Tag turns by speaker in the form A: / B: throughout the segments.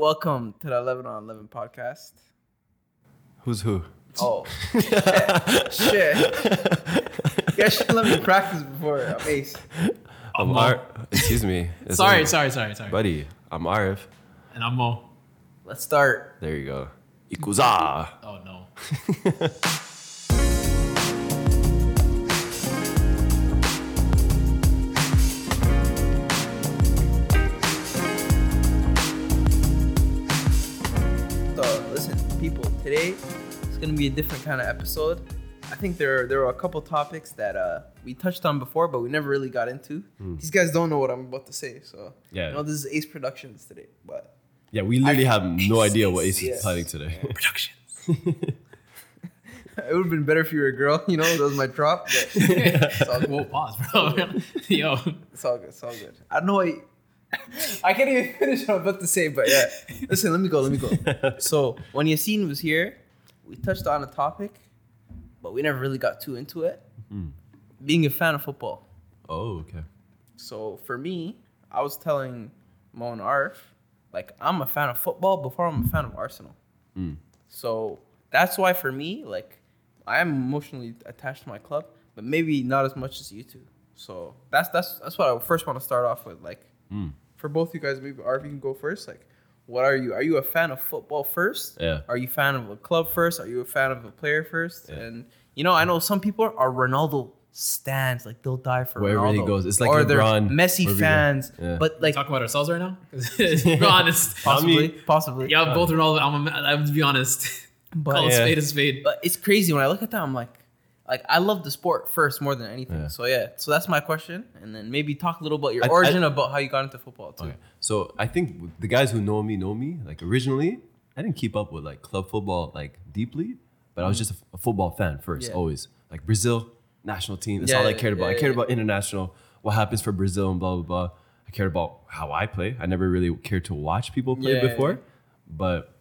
A: Welcome to the 11 on 11 podcast.
B: Who's who?
A: Oh, shit. You guys should let me practice before. I'm ace.
B: I'm
C: Mo.
B: Ar- Excuse me. It's
C: Sorry,
B: Omar.
C: sorry, sorry, sorry.
B: Buddy, I'm Arif.
C: And I'm Mo.
A: Let's start.
B: There you go. Ikuza.
C: Oh no.
A: So, listen, people, today it's going to be a different kind of episode. I think there there were a couple topics that uh, we touched on before, but we never really got into. These guys don't know what I'm about to say, so
B: Yeah.
A: you know this is Ace Productions today, but
B: Yeah, we literally
A: I-
B: have no idea what
A: Ace
B: Ace
A: is
B: is planning today.
A: it would have been better if you were a girl, you know. That was my drop. But it's all
C: Whoa,
A: good.
C: pause, bro. Yo.
A: It's all good. It's all good. I don't know why. I can't even finish what I'm about to say, but yeah. Listen, let me go. Let me go. So when Yassine was here, we touched on a topic, but we never really got too into it. Being a fan of football.
B: oh, okay.
A: So for me, I was telling Mo and Arf, like I'm a fan of football before I'm a fan of Arsenal.
B: Mm.
A: So that's why for me, like I am emotionally attached to my club, but maybe not as much as you two. So that's that's that's what I first want to start off with. Like
B: Mm.
A: for both you guys, maybe Arf, you can go first. Like, what are you? Are you a fan of football first?
B: Yeah.
A: Are you a fan of a club first? Are you a fan of a player first?
B: Yeah.
A: And you know, I know some people are Ronaldo stands, like they'll die for
B: Wherever
A: Ronaldo.
B: he goes. It's like
A: or
B: LeBron,
A: they're Messi
B: wherever he
A: fans,
B: goes. Yeah.
A: but like
C: Talk about ourselves right now? 'Cause Be honest.
A: possibly,
B: I mean-
A: possibly.
C: Yeah, both Ronaldo. I'm, I'm to be honest.
A: But,
C: Call a
B: Yeah.
C: spade a spade.
A: but it's crazy when I look at that. I'm like, like I love the sport first more than anything.
B: Yeah.
A: So yeah, so that's my question, and then maybe talk a little about your
B: I- I-
A: origin, about how you got into football too.
B: Okay. So I think the guys who know me know me. Like originally, I didn't keep up with like club football like deeply, but I was just a, f- a football fan first,
A: Yeah.
B: always. Like Brazil national team. That's
A: Yeah,
B: all I
A: yeah,
B: cared about.
A: yeah,
B: I cared
A: yeah.
B: about international, what happens for Brazil and blah blah blah. I cared about how I play. I never really cared to watch people play
A: Yeah, yeah,
B: before,
A: yeah.
B: but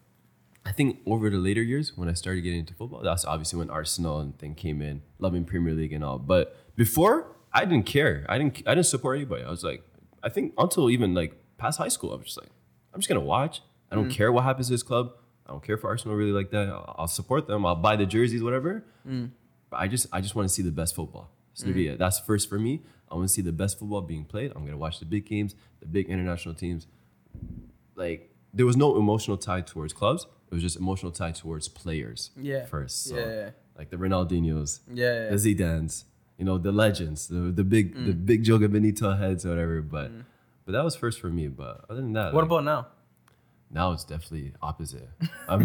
B: I think over the later years when I started getting into football, that's obviously when Arsenal and thing came in, loving Premier League and all. But before, I didn't care. I didn't. I didn't support anybody. I was like, I think until even like past high school, I was just like, I'm just gonna watch. I don't care what happens to this club. I don't care for Arsenal really like that. I'll, I'll support them. I'll buy the jerseys, whatever. But I just, I just want to see the best football. So
A: Mm.
B: yeah, that's first for me. I want to see the best football being played. I'm gonna watch the big games, the big international teams like there was no emotional tie towards clubs. It was just emotional tie towards players.
A: Yeah.
B: First. So,
A: Yeah, yeah.
B: Like the Ronaldinho's,
A: Yeah, Mm. yeah.
B: the Zidane's, you know, the legends, the the big the big Joga Benito heads or whatever. But but that was first for me. But other than that,
A: Mm. What
B: like,
A: about now?
B: now it's definitely opposite. I'm,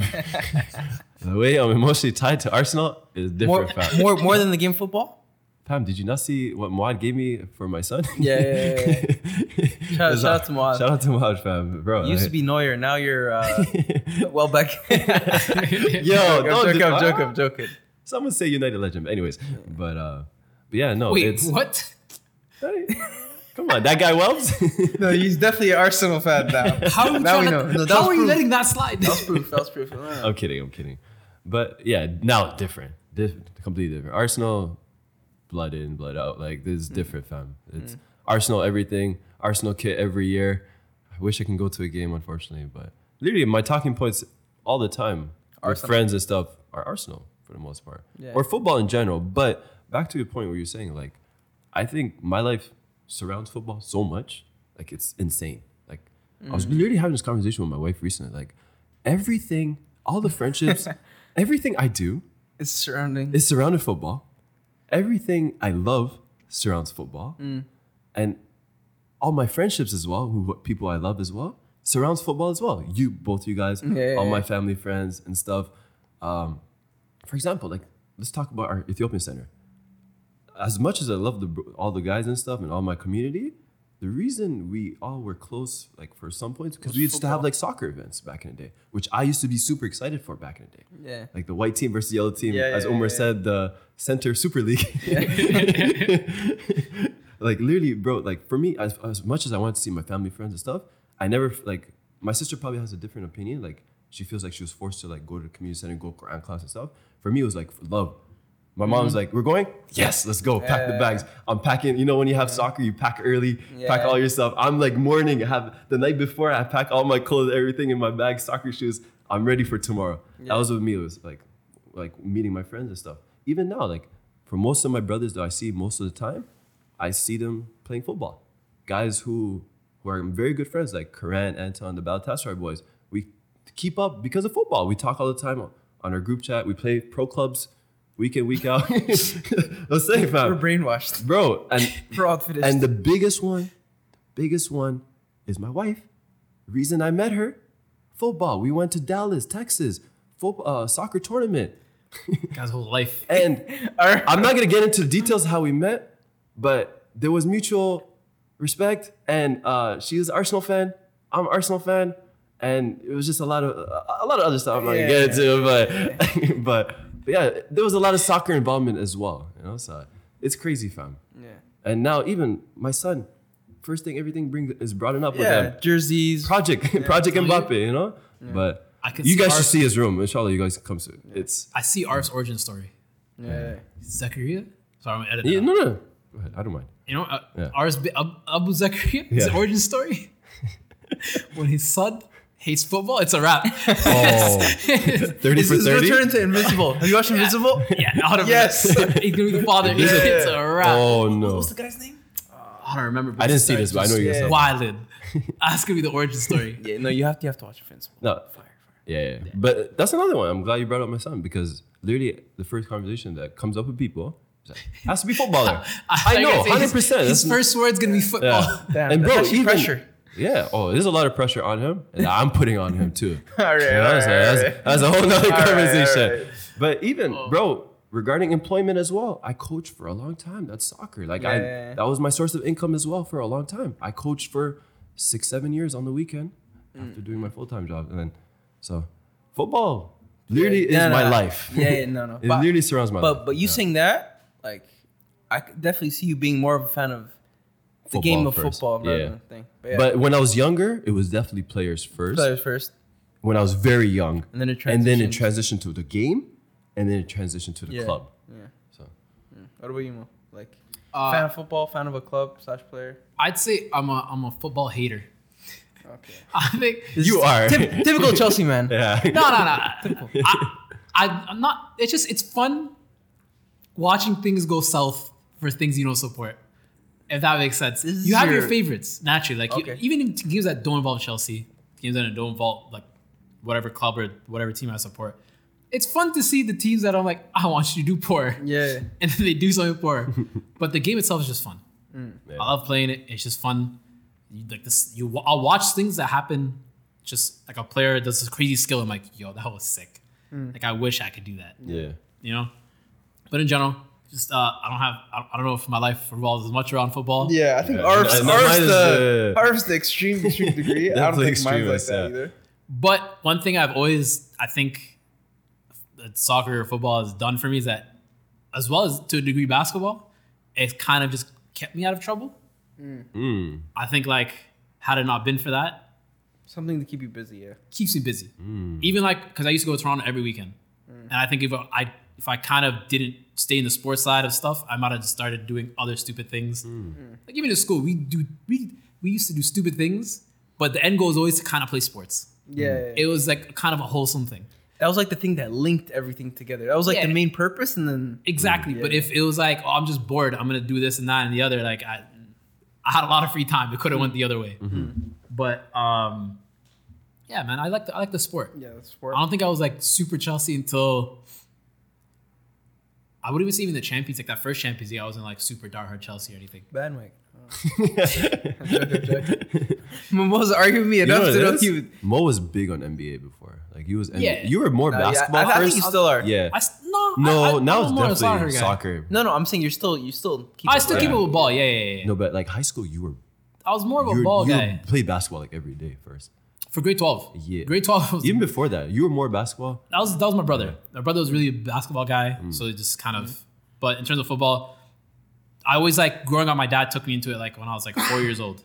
B: the way I'm emotionally tied to Arsenal is
A: More,
B: different. Fam.
A: more, more than the game football.
B: Fam, did you not see what Moad gave me for my son?
A: Yeah, yeah, yeah, Shout- shout
B: It's like-
A: out to Mouad.
B: Shout out to Moad, fam, bro.
A: You used to
B: like-
A: be Neuer, now you're uh, well back.
B: Yo,
A: I'm
B: don't
A: joking,
B: do-
A: I'm joking,
B: Ah.
A: I'm joking.
B: Some would say United legend, but anyways. But uh, but yeah, no,
C: Wait,
B: it's
C: what?
B: come on, that guy Welbs.
A: No, he's definitely an Arsenal fan now.
C: How are you,
A: Now we
C: trying
A: know.
C: to,
A: No, that
C: how
A: was
C: are you
A: proof.
C: letting that slide?
A: That was proof. That was proof.
B: I'm kidding, I'm kidding. But yeah, now different, Dif- completely different. Arsenal, blood in, blood out. Like this is
A: Mm.
B: different, fam. It's Arsenal everything, Arsenal kit every year. I wish I can go to a game, unfortunately, but literally my talking points all the time with
A: Arsenal.
B: friends and stuff are Arsenal for the most part,
A: Yeah.
B: or football in general. But back to your point where you're saying like, I think my life surrounds football so much, like it's insane. Like I
A: Mm-hmm.
B: was literally having this conversation with my wife recently. Like everything, all the friendships, everything I do
A: It's surrounding.
B: is surrounded football. Everything I love surrounds football,
A: Mm.
B: and all my friendships as well, who people I love as well, surrounds football as well. You, both you guys,
A: Yeah,
B: all
A: yeah,
B: my
A: yeah.
B: family, friends, and stuff. Um, for example, like let's talk about our Ethiopian center. As much as I love the, bro- all the guys and stuff and all my community, the reason we all were close, like for some points, because we used to have
A: football.
B: like soccer events back in the day, which I used to be super excited for back in the day
A: yeah.
B: like the white team versus the yellow team,
A: Yeah, yeah,
B: as Omar
A: yeah, yeah.
B: said, the center super league. like literally, bro. Like for me, as, as much as I wanted to see my family, friends, and stuff, I never like. My sister probably has a different opinion. Like she feels like she was forced to like go to the community center, go Quran class and stuff. For me, it was like love. My mom's like, "We're going? Yes, let's go. Pack
A: Mm-hmm.
B: the
A: Yeah.
B: bags. I'm packing. You know, when you have soccer, you pack early, pack
A: Yeah.
B: all your stuff. I'm like morning. I have the night before. I pack all my clothes, everything in my bag, soccer shoes. I'm ready for tomorrow. That
A: Yeah.
B: was with me. It was like, like meeting my friends and stuff. Even now, like for most of my brothers that I see most of the time, I see them playing football. Guys who who are very good friends, like Karan, Anton, the Baltasar boys. We keep up because of football. We talk all the time on, on our group chat. We play pro clubs week in week out. Let's say,
A: We're
B: fam,
A: brainwashed.
B: bro, and
A: We're outfitted.
B: and the biggest one, biggest one is my wife. Reason I met her, football. We went to Dallas, Texas, football, uh, soccer tournament.
C: Guy's whole life.
B: And
A: All right.
B: I'm not gonna get into the details of how we met, but there was mutual respect, and uh, she was an Arsenal fan. I'm an Arsenal fan, and it was just a lot of a lot of other stuff. I'm not gonna get into, but, but but yeah, there was a lot of soccer involvement as well. You know, so it's crazy, fam.
A: yeah.
B: And now even my son, first thing everything brings is brought up with
A: Yeah.
B: him.
A: Jerseys.
B: Project Project
C: Tell you.
B: Mbappe, you know. But
C: I could
B: you
C: see
B: guys
C: our-
B: should see his room. Inshallah, you guys come to it. It's
C: I see Arf's origin story.
A: yeah.
C: Zakaria? Sorry, I'm gonna edit that.
B: yeah,
C: out.
B: no, no. Go ahead, I don't mind.
C: You know, uh,
B: Yeah.
C: ours bi- Ab- Abu Zakaria, his
B: Yeah.
C: origin story. when his son hates football, it's a wrap.
B: Oh, 30
A: This
B: for
A: is
B: 30?
A: Return to Invincible. Have you watched Invincible?
C: yeah, out of
A: Yes.
C: He's gonna be the father. It's,
B: Yeah.
C: it's a wrap.
B: Oh, no.
A: What's the guy's name?
C: I don't remember.
B: Oh, I didn't see this, but I know you're
A: Yeah.
B: yeah.
C: Wilded. That's gonna be the origin story.
A: Yeah, no, you have to, you have to watch Invincible.
B: No.
A: Fire, fire.
B: Yeah, yeah, yeah. But that's another one. I'm glad you brought up my son because literally the first conversation that comes up with people is like, has to be footballer. I,
C: Like
B: know,
C: said, his-
B: 100%.
C: His,
B: That's-
C: first word's gonna be football.
B: yeah.
A: Damn,
B: and
A: that's
B: bro,
A: actually
B: even,
A: pressure.
B: Yeah. Oh, there's a lot of pressure on him, and I'm putting on him too.
A: All right,
B: You know,
A: all
B: it's like,
A: right,
B: that's,
A: all
B: that's a whole nother
A: right, all
B: conversation.
A: right. Oh.
B: But even, bro, regarding employment as well, I coached for a long time. That's soccer. Like I,
A: Yeah.
B: that was my source of income as well for a long time. I coached for six, seven years on the weekend
A: Mm.
B: after doing my full time job, and then so football literally
A: Yeah,
B: is
A: no,
B: my
A: no.
B: life.
A: Yeah, yeah, no, no.
B: it
A: But-
B: literally surrounds my life.
A: But but you
B: Yeah.
A: saying that, like, I could definitely see you being more of a fan of the
B: Football
A: game of
B: first.
A: football rather
B: Yeah.
A: than the thing. But yeah,
B: But when I was younger, it was definitely players first.
A: players first.
B: When I was very young,
A: And then it
B: and then it
A: transitioned.
B: transitioned to the game, and then it transitioned to the
A: Yeah.
B: club.
A: Yeah.
B: So
A: What about you, Mo? Like,
C: Uh,
A: fan of football, fan of a club slash player.
C: I'd say I'm a I'm a football hater.
A: Okay.
C: I think
B: you are
A: Typ- typical Chelsea man.
B: yeah.
C: no, no, no. I, I, I'm not. It's just it's fun watching things go south for things you don't support. If that makes sense,
A: This is
C: you have your,
A: your-
C: favorites naturally. Like you-
A: Okay.
C: even in games that don't involve Chelsea, games that don't involve like whatever club or whatever team I support. It's fun to see the teams that I'm like, I want you to do poor,
A: Yeah.
C: and then they do something poor. but the game itself is just fun.
B: Yeah.
C: I love playing it. It's just fun. You, like this, you wa- I'll watch things that happen. Just like a player does this crazy skill. I'm like, yo, that was sick.
A: Mm.
C: Like I wish I could do that.
B: Yeah.
C: You know. But in general, just uh, I don't have. I I don't know if my life revolves as much around football.
A: Yeah, I think
B: Yeah,
A: Arf's,
B: and- and
A: Arf's
B: mine is
A: the,
B: the-
A: Arf's the extreme, extreme degree. I don't
B: uh, Definitely
A: think mine's like
B: extremist,
A: that
B: yeah.
A: either.
C: But one thing I've always, I think, that soccer or football has done for me is that, as well as to a degree basketball, it's kind of just kept me out of trouble.
B: Mm.
C: I think like had it not been for that,
A: Something to keep you busy, yeah.
C: keeps me busy. Even like because I used to go to Toronto every weekend, and I think if I if I kind of didn't stay in the sports side of stuff, I might have just started doing other stupid things. Like even in school, we do we we used to do stupid things, but the end goal is always to kind of play sports.
A: Yeah, yeah, yeah.
C: It was like kind of a wholesome thing.
A: that was like the thing that linked everything together. That was like
C: Yeah.
A: the main purpose, and then
C: Exactly.
B: Mm,
C: but
A: Yeah.
C: if it was like, oh, I'm just bored, I'm gonna do this and that and the other, like I, I had a lot of free time. It could have
B: Mm.
C: went the other way.
B: Mm-hmm.
C: But um, yeah, man, I like the I like the sport.
A: yeah, that's where
C: I don't think I was like super Chelsea until I wouldn't even say even the Champions like that first Champions League. I wasn't like super diehard Chelsea or anything.
A: bandwagon. Oh. Mom was arguing with me
B: You know
A: enough
B: what
A: to
B: it
A: know
B: is?
A: he would.
B: Mo was big on NBA before. Like he was. NBA.
C: Yeah.
B: You were more
A: No, yeah, I-
B: basketball
A: I,
B: first.
A: think you still are.
B: yeah.
C: I s- no
B: no,
C: I, I,
B: now
C: I'm
B: it's
C: more of a
B: definitely soccer.
C: guy.
A: No, no, I'm saying you're still you still keep.
C: I
A: it
C: still
A: up.
C: keep
B: Yeah.
C: it with ball. Yeah, yeah, yeah. yeah.
B: No, but like high school, you were
C: I was more of a
B: you, were-
C: ball
B: you
C: guy
B: played basketball like every day first.
C: for grade twelve.
B: Yeah.
C: grade twelve. Was,
B: Even before that, you were more basketball.
C: that was that was my brother. My brother was really a basketball guy, so it just kind
A: Mm.
C: of. But in terms of football, I always like growing up. My dad took me into it like when I was like four years old,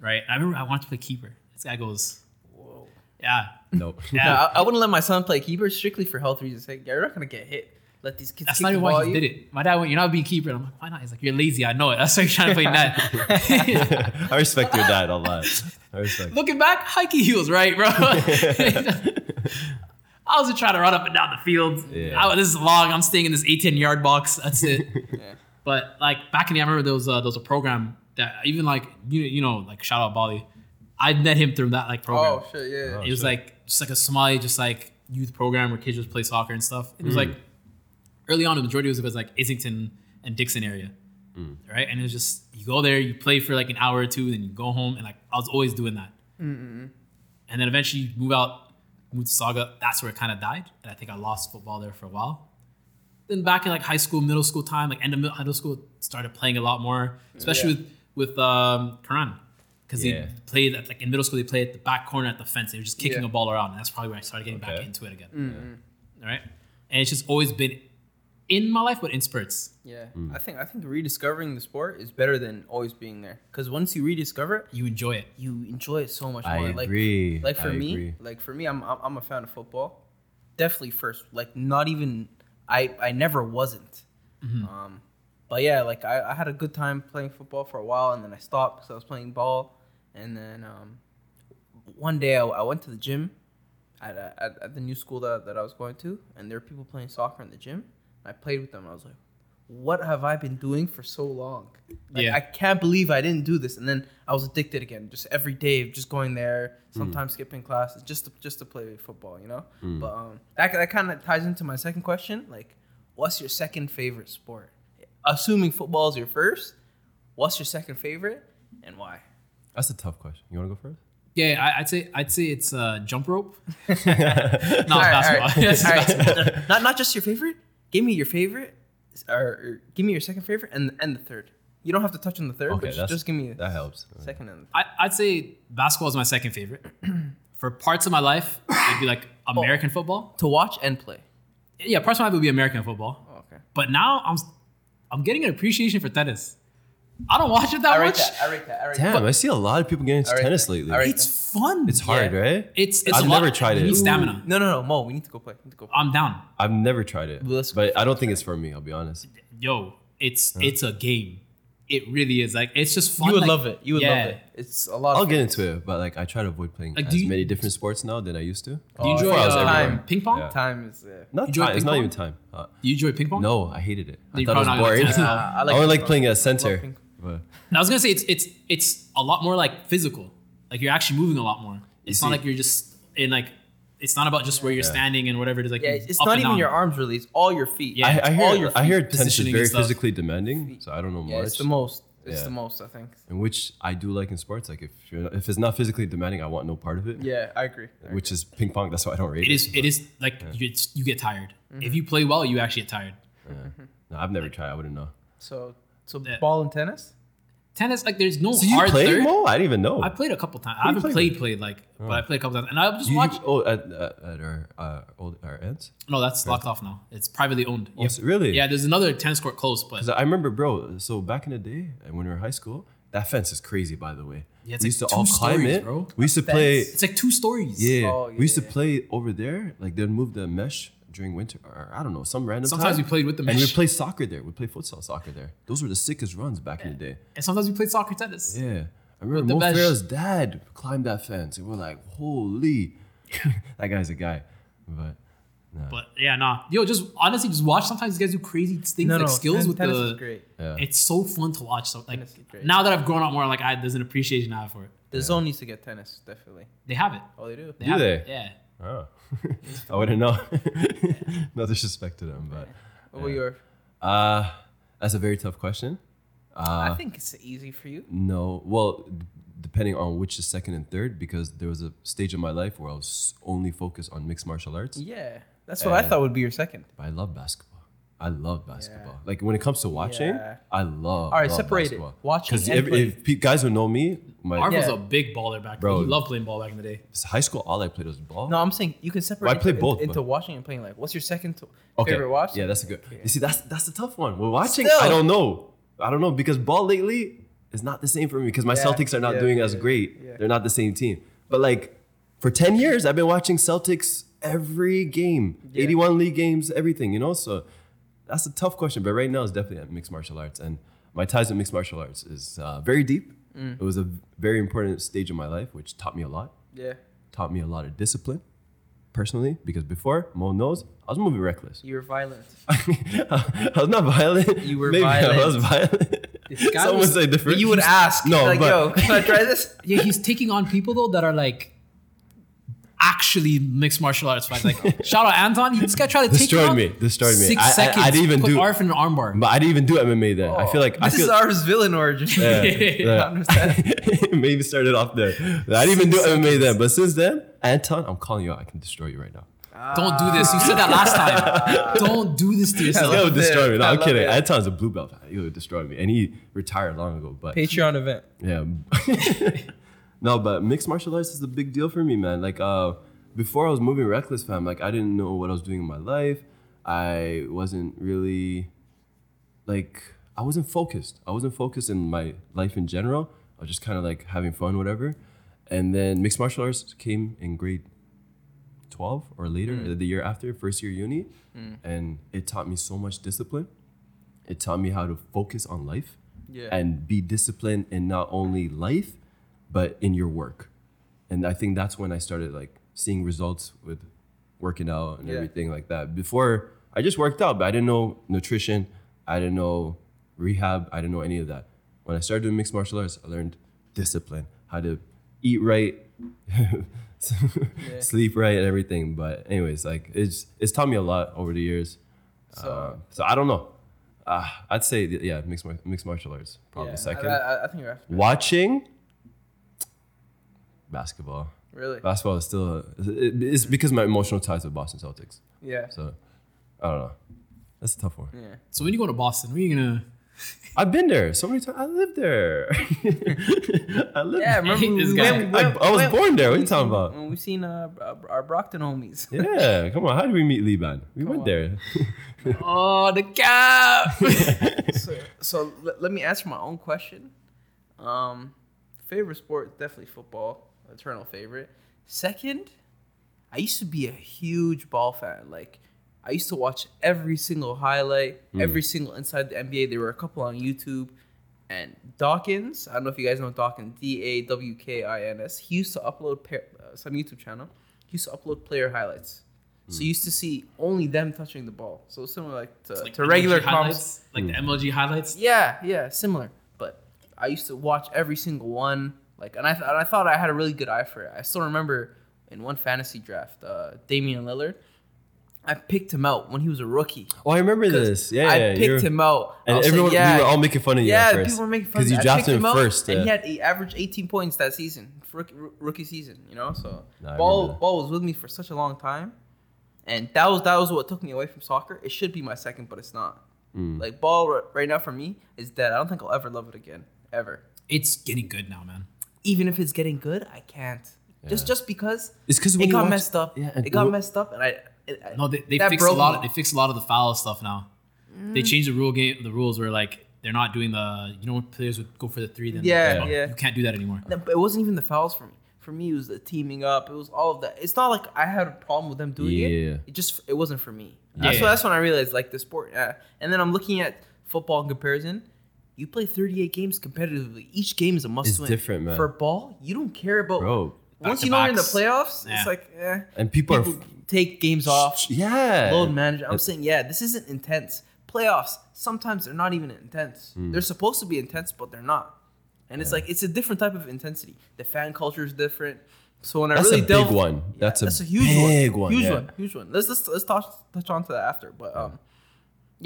C: right? I remember I wanted to play keeper. This guy goes,
A: Mm-hmm. Whoa.
C: yeah,
B: No.
C: yeah.
A: No, I, I wouldn't let my son play keeper strictly for health reasons. Like, you're not gonna get hit. Let these kids.
C: That's
A: kick
C: not
A: the
C: even why
A: ball,
C: he
A: you-
C: did it. My dad went, "You're not being keeper." And I'm like, "Why not?" He's like, "You're lazy. I know it. That's why you're trying to play net."
B: I respect your dad a lot. I respect.
C: Looking back, hikey heels, right, bro? I was just trying to run up and down the field.
B: Yeah.
C: I- this is long. I'm staying in this 18 yard box. That's it.
A: Yeah.
C: But like back in the, I remember there was a, there was a program that even like you you know like shout out Bali, I met him through that like program.
A: Oh shit! Yeah.
B: Oh.
C: it was
B: shit.
C: like just like a Somali just like youth program where kids just play soccer and stuff. It
B: Hmm.
C: was like early on the majority of it was like Islington and Dixon area,
B: Hmm.
C: right? And it was just you go there, you play for like an hour or two, then you go home, and like I was always doing that. And then eventually you move out, move to Saga. That's where it kind of died, and I think I lost football there for a while. Then back in like high school, middle school time, like end of middle, middle school, started playing a lot more, especially with with um, Karan. Because
B: Yeah.
C: he played at, like in middle school, they played at the back corner at the fence. They were just kicking
A: Yeah. Mm.
C: a ball around, and that's probably when I started getting back
B: Okay.
C: into it again. All right, and it's just always been in my life, but in spurts.
A: Yeah.
B: Hmm.
A: I think I think rediscovering the sport is better than always being there. Because once you rediscover it,
C: You enjoy it.
A: you enjoy it so much
B: I
A: more. Like-
B: agree.
A: Like, for
B: I
A: me,
B: agree.
A: like for me, I'm, I'm I'm a fan of football. Definitely first. Like not even I I never wasn't. Um, but yeah, like I, I had a good time playing football for a while, and then I stopped because I was playing ball. And then um, one day I, I went to the gym at, a, at at the new school that that I was going to, and there were people playing soccer in the gym. And I played with them. And I was like. What have I been doing for so long? Like,
C: Yeah.
A: I can't believe I didn't do this. And then I was addicted again, just every day of just going there, sometimes skipping classes, just to, just to play football, you know. But um, that that kind of ties into my second question. Like, what's your second favorite sport? Assuming football is your first, what's your second favorite, and why?
B: That's a tough question. You want to go first?
C: Yeah, I, I'd say I'd say it's uh, jump rope. no, it's
A: All right, all
C: basketball.
A: right.
C: It's
A: All right.
C: basketball.
A: not not just your favorite. Give me your favorite, or, or give me your second favorite and and the third. You don't have to touch on the third,
B: Okay,
A: but just,
B: that's-
A: just give me
B: that helps.
A: Second and
C: I, I'd say basketball is my second favorite. For parts of my life, it'd be like
A: Oh.
C: American football.
A: to watch and play.
C: Yeah, parts of my life would be American football.
A: Oh, okay.
C: But now I'm I'm getting an appreciation for tennis. I don't watch it that
A: I rate
C: much.
A: that. I rate that. I rate that.
B: Damn, I see a lot of people getting into
A: All right,
B: tennis
A: then.
B: lately.
A: All right,
C: It's fun.
B: It's hard,
A: Yeah.
B: right?
C: It's, it's
B: I've
C: a lot-
B: never tried
C: You
B: it.
C: need stamina.
A: No, no, no, Mo. We need to go play. We need to go play.
C: I'm down.
B: I've never tried it,
A: Let's go
B: but I don't think it's for me. I'll be honest.
C: Yo, it's it's a game. It really is. Like it's just fun.
A: you would
C: like-
A: love it. You would
C: yeah.
A: love it. It's a lot.
B: I'll
A: of
B: get into it, but like I try to avoid playing
C: Like, do
B: as
C: you-
B: many different sports now than I used to.
C: Do you
A: Oh,
C: enjoy
A: before I was
C: uh,
A: everywhere.
C: ping pong?
B: Yeah.
A: time is uh, there.
B: Not
C: enjoy
B: time. It's not
C: ping
B: even time. Uh,
C: Do you enjoy ping pong?
B: no, I hated it. I
C: You're
B: thought it was
C: probably not gonna Uh,
B: boring.
C: tennis now.
A: I
B: I,
A: like
B: only
A: ping
B: like
A: pong.
B: playing
A: I
B: at
A: love
B: center.
A: ping
B: But
C: I was gonna say it's it's it's a lot more like physical. Like you're actually moving a lot more. It's not
B: see-
C: like you're just in like. It's not about just where you're standing and whatever it is. Like
A: Yeah,
C: you-
A: it's
C: up
A: not
C: and
A: even
C: down.
A: your arms really. It's all your feet.
C: Yeah.
B: I, I hear.
A: all your
B: I
A: feet
B: hear tennis is
C: positioning
B: very
C: and stuff.
B: physically demanding, so I don't know
A: Yeah,
B: much.
A: it's the most. It's
B: Yeah.
A: the most. I think.
B: and which I do like in sports. Like if you're, if it's not physically demanding, I want no part of it.
A: Yeah, I agree. I agree.
B: Which is ping pong. That's why I don't rate it.
C: It is. It is like you, it's, you get tired.
A: Mm-hmm.
C: If you play well, you actually get tired.
B: No, I've never tried. I wouldn't know.
A: So, so
C: Yeah.
A: ball and tennis.
C: Tennis, like there's no
B: Did you
C: hard
B: play
C: third.
B: Mo? I didn't even know.
C: I played a couple times. I
B: you
C: haven't
B: played
C: played played like, but I played a couple times, and I was just
B: You- you-
C: watch.
B: oh, at, at, at our uh, old our aunts.
C: No, that's locked off now. It's privately owned. You have
B: so- really?
C: Yeah, there's another tennis court close, but
B: 'Cause I remember, bro. So back in the day, uh, when we were in high school, that fence is crazy. By the way,
C: Yeah, it's
B: we
C: like
B: used to
C: two
B: all climb
C: stories,
B: it.
C: bro.
B: We used to
A: A
B: play.
A: fence?
C: it's like two stories.
B: Yeah,
A: Oh, yeah,
B: we used to
A: yeah.
B: play over there. Like they'd move the mesh during winter, or I don't know, some random.
C: Sometimes
B: time,
C: we played with the
B: and we
C: mesh.
B: play soccer there. We play futsal soccer there. Those were the sickest runs back in the day.
C: And sometimes we played soccer tennis.
B: Yeah. I remember
C: the
B: Mo
C: mesh.
B: Farah's dad climbed that fence, and we're like, "Holy, that guy's a guy." But
C: But yeah, nah. Yo, just honestly, just watch. Sometimes these guys do crazy things like skills
A: ten-
C: with
A: tennis
C: the.
A: is great.
B: yeah,
C: It's so fun to watch. So like
A: Tennis is great.
C: now that I've grown up more, like I there's an appreciation I have for it.
A: The zone needs to get tennis definitely.
C: They have it.
A: Oh, they do.
C: They
B: Do
C: have
B: they?
C: It. Yeah.
B: Oh. I wouldn't know. no disrespect to them, but
A: What were your?
B: uh, that's a very tough question. Uh,
A: I think it's easy for you.
B: No, well, d- depending on which is second and third, because there was a stage of my life where I was only focused on mixed martial arts.
A: Yeah, that's what
B: uh,
A: I thought would be your second.
B: But I love basketball. I love basketball. Like when it comes to watching,
A: Yeah.
B: I love.
A: All right,
B: love
A: separate it.
B: basketball.
A: Watching
B: 'Cause
A: and
B: if,
A: playing.
B: if pe- guys who know me, my
C: Arv was
A: Yeah.
C: a big baller back.
B: Bro.
C: Bro, he loved playing ball back in the day.
B: high school, all I played was ball.
A: No, I'm saying you can separate.
B: Well, I play
A: into,
B: both,
A: into
B: but-
A: watching and playing. Like, what's your second to- favorite watch?
B: Yeah, that's a good. You see, that's that's a tough one. We're watching. I
A: Still.
B: don't know. I don't know because ball lately is not the same for me because my
A: Yeah,
B: Celtics are not
A: yeah,
B: doing
A: yeah,
B: as great.
A: yeah.
B: They're not the same team. But like for ten years, I've been watching Celtics every game, eighty-one league games, everything. You know, so That's a tough question, but right now it's definitely at mixed martial arts, and my ties with mixed martial arts is uh, very deep.
A: Mm.
B: It was a very important stage of my life, which taught me a lot.
A: Yeah.
B: Taught me a lot of discipline, personally, because before Mo knows I was moving reckless.
A: You were violent.
B: I was not violent.
A: You were
B: I
A: violent.
B: was violent.
C: This guy
B: Someone
C: was-
B: say different.
A: But you would ask.
B: No,
A: like,
B: but
A: yo, can I try this?
C: Yeah, he's taking on people though that are like actually mixed martial arts fights. Like shout out Anton, this guy tried to
B: Destroyed
C: take him
B: me.
C: out
B: Destroyed me.
C: Six
B: I- I- I
C: seconds.
B: didn't even
C: put
B: do-
C: Arf in an armbar.
B: but I didn't even do MMA then. I feel like I
A: Oh, this
B: feel
A: is our villain origin.
B: Yeah,
A: I understand.
B: yeah. Maybe started off there. I didn't even do MMA then, but since then, Anton, I'm calling you out. I can destroy you right now.
C: Don't do this. You said that last time. Don't do this to yourself.
A: love
B: Yo,
A: it.
B: destroy me. No,
A: I
B: I'm
A: love
B: kidding.
A: it.
B: Anton's a blue belt. He would destroy me, and he retired long ago. But
A: Patreon event.
B: Yeah. no, but mixed martial arts is a big deal for me, man. Like, uh, before I was moving reckless, fam. Like, I didn't know what I was doing in my life. I wasn't really, like, I wasn't focused. I wasn't focused in my life in general. I was just kind of like having fun, whatever. And then mixed martial arts came in grade 12 or later, the year after, first year uni. And it taught me so much discipline. It taught me how to focus on life
A: Yeah.
B: and be disciplined in not only life but in your work and i think that's when i started like seeing results with working out and
A: Yeah.
B: everything like that before i just worked out but i didn't know nutrition i didn't know rehab i didn't know any of that when i started doing mixed martial arts i learned discipline how to eat right sleep right and everything but anyways like it's it's taught me a lot over the years
A: So-
B: Uh, so i don't know uh, I'd say th- yeah, mixed mar- mixed martial arts probably
A: Yeah,
B: second.
A: I, I, I think you're after.
B: Watching basketball.
A: Really?
B: Basketball is still it- it's because my emotional ties with Boston Celtics.
A: Yeah.
B: So I don't know. That's a tough one.
A: Yeah.
C: So when you go to Boston, when are you gonna?
B: I've been there so many times. I lived there. I lived.
A: Yeah,
B: there.
A: remember
C: hate this
A: we
C: guy.
A: went-
B: I,
A: went-
B: I was
A: went-
B: born there. What are you
A: we-
B: talking about?
A: When we seen uh, our- our Brockton homies.
B: Yeah, come on. How did we meet Liban? We went
A: on.
B: there.
C: Oh, the cap.
A: so, so let, let me answer my own question. Um, favorite sport definitely football, eternal favorite. Second, I used to be a huge ball fan. Like I used to watch every single highlight, every single inside the NBA. There were a couple on YouTube. And Dawkins, I don't know if you guys know Dawkins, D A W K I N S. He used to upload pair, uh, some YouTube channel. He used to upload player highlights. So you used to see only them touching the ball. So similar like to,
C: Like
A: to regular
C: MLG
A: comps.
C: highlights, like the
B: Hmm.
C: MLG highlights.
A: Yeah, yeah, similar. But I used to watch every single one. Like, and I, th- and I thought I had a really good eye for it. I still remember in one fantasy draft, uh, Damian Lillard. I picked him out when he was a rookie.
B: Oh, I remember this. Yeah,
A: I
B: yeah, you're-
A: picked him out. I
B: And
A: was like,
B: everyone,
A: yeah,
B: we were all making fun of you.
A: yeah,
B: at first,
A: people were making fun of
B: because you
A: me. I
B: drafted
A: picked
B: him,
A: out,
B: first.
A: and
B: yeah.
A: he had he averaged 18 points that season, for rookie, rookie season. You know, so
B: No, I
A: ball
B: remember that.
A: ball was with me for such a long time, and that was that was what took me away from soccer. It should be my second, but it's not.
B: Mm.
A: Like ball ri- right now for me is dead. I don't think I'll ever love it again, ever.
C: It's getting good now, man.
A: Even if it's getting good, I can't. Just
B: Yeah.
A: just because
B: It's 'cause when
A: it
B: you
A: got
B: watch-
A: messed up.
B: Yeah,
A: Yeah,
B: and
A: it got
B: wh-
A: messed up, and I. It, I-
C: No, they, they
A: that
C: fixed a
A: broke
C: lot. Of,
A: me. Mm.
C: they fixed a lot of the foul stuff now. They changed the rule game. The rules were like they're not doing the you know when players would go for the three. Then
A: Yeah,
C: oh,
A: yeah.
C: you can't do that anymore.
A: No, but it wasn't even the fouls for me. For me, it was the teaming up. It was all of that. It's not like I had a problem with them doing
B: Yeah.
A: it. It just it wasn't for me. That's,
C: Yeah.
A: what, that's when I realized like the sport. Yeah. And then I'm looking at football in comparison. You play 38 games competitively. Each game is a must
B: It's
A: win.
B: different, man.
A: For ball, you don't care about.
B: Bro.
A: Once you know you're in the
C: Back-to-backs.
A: playoffs,
C: Yeah.
A: it's like eh.
B: And people,
A: People
B: are f-
A: take games off.
B: yeah
A: Load management. I'm
B: It's-
A: saying yeah, this isn't intense. Playoffs sometimes they're not even intense.
B: Hmm.
A: They're supposed to be intense, but they're not. And it's like it's a different type of intensity. The fan culture is different. So when
B: That's
A: I
B: a
A: really
B: big
A: delved-
B: one.
A: Yeah,
B: That's a
A: huge
B: big
A: one.
B: one,
A: Huge
B: yeah.
A: one. Huge one. Let's let's let's touch touch on to that after. But um,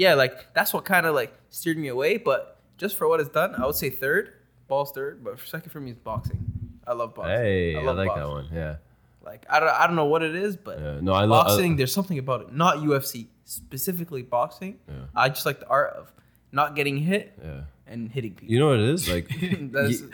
A: yeah, like that's what kind of like steered me away. But just for what it's done, I would say third. Ball's third, but second for me is boxing. I love boxing.
B: Hey, I,
A: love
B: like
A: boxing.
B: that one. Yeah.
A: Like I don't, I don't know what it is, but
B: Yeah, no, I lo- I-
A: boxing. there's something about it, not UFC specifically boxing.
B: Yeah.
A: I just like the art of not getting hit
B: Yeah.
A: and hitting people.
B: You know what it is? Like
A: That's,
B: y-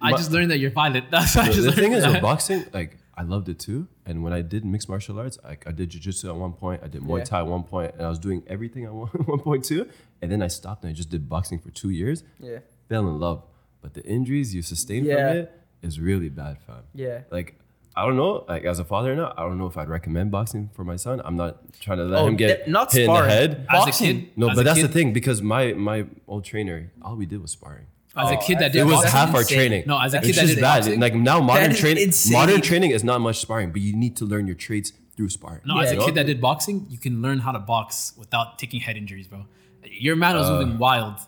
C: I just learned that you're violent. That's what I
B: the,
C: just
B: the thing
C: learned
B: is with
C: that.
B: boxing, like I loved it too. And when I did mixed martial arts, I, I did jujitsu at one point, I did Muay
A: Yeah.
B: Thai at one point, and I was doing everything at one, one point too. And then I stopped and I just did boxing for two years.
A: yeah,
B: Fell in love. But the injuries you sustain
A: Yeah.
B: from it is really bad, fam.
A: yeah.
B: Like I don't know, like as a father now, I don't know if I'd recommend boxing for my son. I'm not trying to let
A: Oh,
B: him get
A: de- not
B: hit in the
A: sparring.
B: head.
C: As a
A: Boxing.
C: kid,
B: No,
C: as a
B: but that's
C: kid-
B: the thing because my my old trainer, all we did was sparring.
C: As a
A: Oh,
C: kid
A: I
C: that
A: feel
C: did
B: it was
A: that's
B: half our
A: insane.
B: training.
C: No, as a
A: That's
C: kid
B: it's
C: that
B: just
C: did
B: bad.
C: boxing.
B: Like now, modern
A: is
B: training,
A: insane.
B: modern training is not much sparring, but you need to learn your traits through sparring.
C: No, as a kid that did boxing, you can learn how to box without taking head injuries, bro. Your man was moving wild.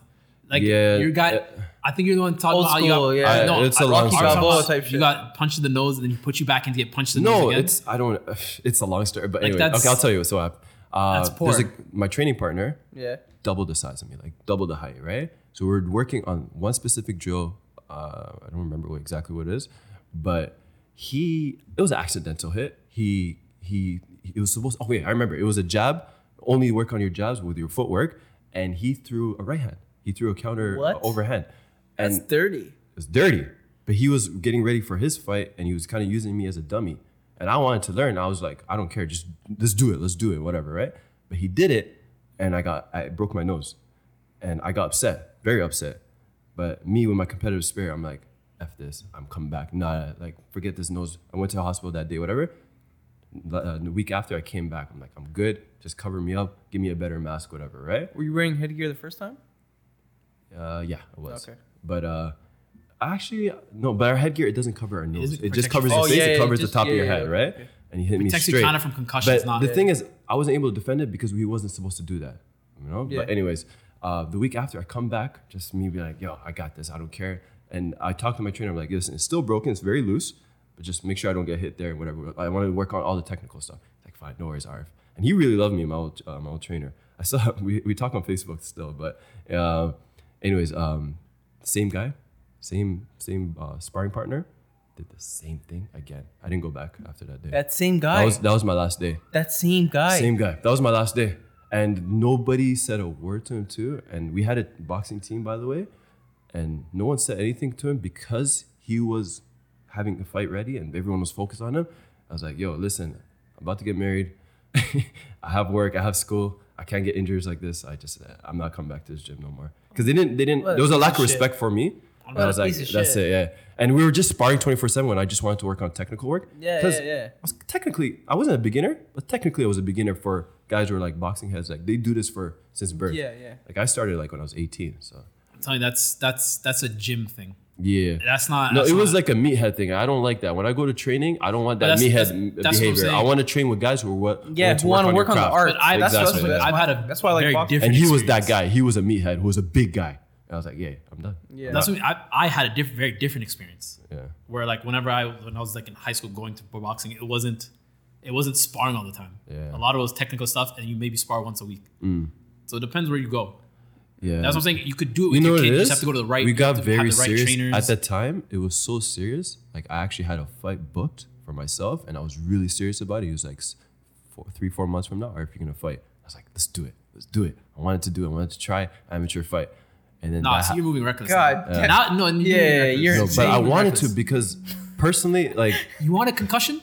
C: Like
B: Uh, yeah,
C: your guy,
B: yeah.
C: I think you're the one talking
A: Old
C: about how
A: school,
C: you
A: yeah.
C: got,
A: I-
C: no,
B: it's a
C: I-
B: long
C: Rocky
B: story.
C: Balboa
A: Balboa type
C: you
A: shit.
C: got punched in the nose and then he put you back and get punched in the nose
B: No,
C: again.
B: it's I don't. It's a long story, but anyway,
C: that's-
B: okay, I'll tell you. So, I, uh,
C: That's
B: there's
C: poor.
B: a, my training partner,
A: Yeah.
B: double the size of me, like double the height, right? So we're working on one specific drill. Uh, I don't remember what, exactly what it is, but he it was an accidental hit. He he it was supposed. Oh wait, I remember. It was a jab. Only work on your jabs with your footwork, and he threw a right hand. He threw a counter
A: What?
B: uh, overhand, and
A: That's dirty.
B: it was dirty. But he was getting ready for his fight, and he was kind of using me as a dummy. And I wanted to learn. I was like, I don't care. Just let's do it. Let's do it. Whatever, right? But he did it, and I got I broke my nose, and I got upset, very upset. But me with my competitive spirit, I'm like, f this. I'm coming back. Nah, like forget this nose. I went to the hospital that day. Whatever. The, uh, the week after, I came back. I'm like, I'm good. Just cover me up. Give me a better mask. Whatever, right?
A: Were you wearing headgear the first time?
B: Uh, yeah, it was.
A: Okay.
B: But uh, actually, no. But our headgear it doesn't cover our nose.
C: doesn't
B: It, just
C: protect
B: covers
C: you.
B: your
A: Oh,
B: face.
A: yeah,
B: it
A: yeah,
B: covers
A: just-
B: the top
A: yeah,
B: of your
A: yeah,
B: head,
A: okay,
B: right?
A: okay.
B: And he hit me
C: protects
B: straight.
C: you kind of from concussions.
B: but
C: Not
B: the thing is, I wasn't able to defend it because we wasn't supposed to do that. You know.
A: Yeah.
B: But anyways, uh, the week after I come back, just me be like, yo, I got this. I don't care. And I talked to my trainer. I'm like, listen, it's still broken. It's very loose. But just make sure I don't get hit there. Whatever. I wanted to work on all the technical stuff. He's like, fine, no worries, Arif. And he really loved me, my old, uh, my old trainer. I still have, we we talk on Facebook still, but. Uh, anyways, um, same guy, same same uh, sparring partner, did the same thing again. I didn't go back after that day.
A: That same guy.
B: that was that was my last day.
A: that same guy.
B: Same guy. That was my last day, and nobody said a word to him too. And we had a boxing team, by the way, and no one said anything to him because he was having a fight ready, and everyone was focused on him. I was like, "Yo, listen, I'm about to get married. I have work. I have school. I can't get injuries like this. I just, I'm not coming back to this gym no more." Because they didn't, they didn't.
A: What a
B: There was a
A: piece
B: lack
A: of
B: of
A: shit.
B: respect for me. And
A: What
B: I
A: a
B: was like,
A: piece of
B: "That's
A: shit.
B: it, yeah." And we were just sparring 24 seven when I just wanted to work on technical work.
A: Yeah,
B: 'Cause
A: yeah, yeah.
B: I was technically I wasn't a beginner, but technically I was a beginner for guys who are like boxing heads. Like they do this for since birth.
A: Yeah, yeah.
B: Like I started like when I was 18. So
C: I'm telling you, that's that's that's a gym thing.
B: yeah.
C: That's not.
B: no,
C: that's
B: it was
C: not-
B: like a meathead thing. I don't like that. When I go to training, I don't want that
C: But that's-
B: meathead
C: that's-
B: m-
C: that's what I'm
B: behavior.
C: saying.
B: I want to train with guys who are what
A: Yeah, who want to work on, the art.
C: But I-
A: that's,
B: Exactly,
A: that's, that's,
C: I've
A: why,
C: had a
A: that's why I like
C: very
A: boxing.
B: And
C: different-
B: he was that
C: experience.
B: guy. He was a meathead who was a big guy. And I was like, yeah, I'm done.
A: Yeah.
C: That's what I, mean. I I had a diff- very different experience.
B: Yeah.
C: Where like whenever I when I was like in high school going to pro boxing, it wasn't it wasn't sparring all the time.
B: Yeah. Mm.
C: A lot of it was technical stuff, and you maybe spar once a week. So it depends where you go.
B: Yeah.
C: That's what I'm saying. You could do it with
B: you know
C: your
B: what
C: kid.
B: it
C: You
B: is?
C: just have to go to the right.
B: We
C: you have
B: got
C: to have
B: very
C: the right
B: serious
C: trainers.
B: at the time. It was so serious. Like I actually had a fight booked for myself, and I was really serious about it. He was like, "S- four, three, four months from now, or if you're gonna fight, I was like, let's do it. Let's do it. I wanted to do it. I wanted to try amateur fight, and then
C: Nah,
B: that
C: so
B: ha-
C: you're moving reckless.
A: God
C: now.
A: damn.
C: Now- no, and you're
A: Yeah,
C: moving
A: yeah,
C: reckless.
A: you're-
B: no, but
A: insane
B: I
A: with
B: wanted
A: records.
B: to because personally, like
C: You want a concussion?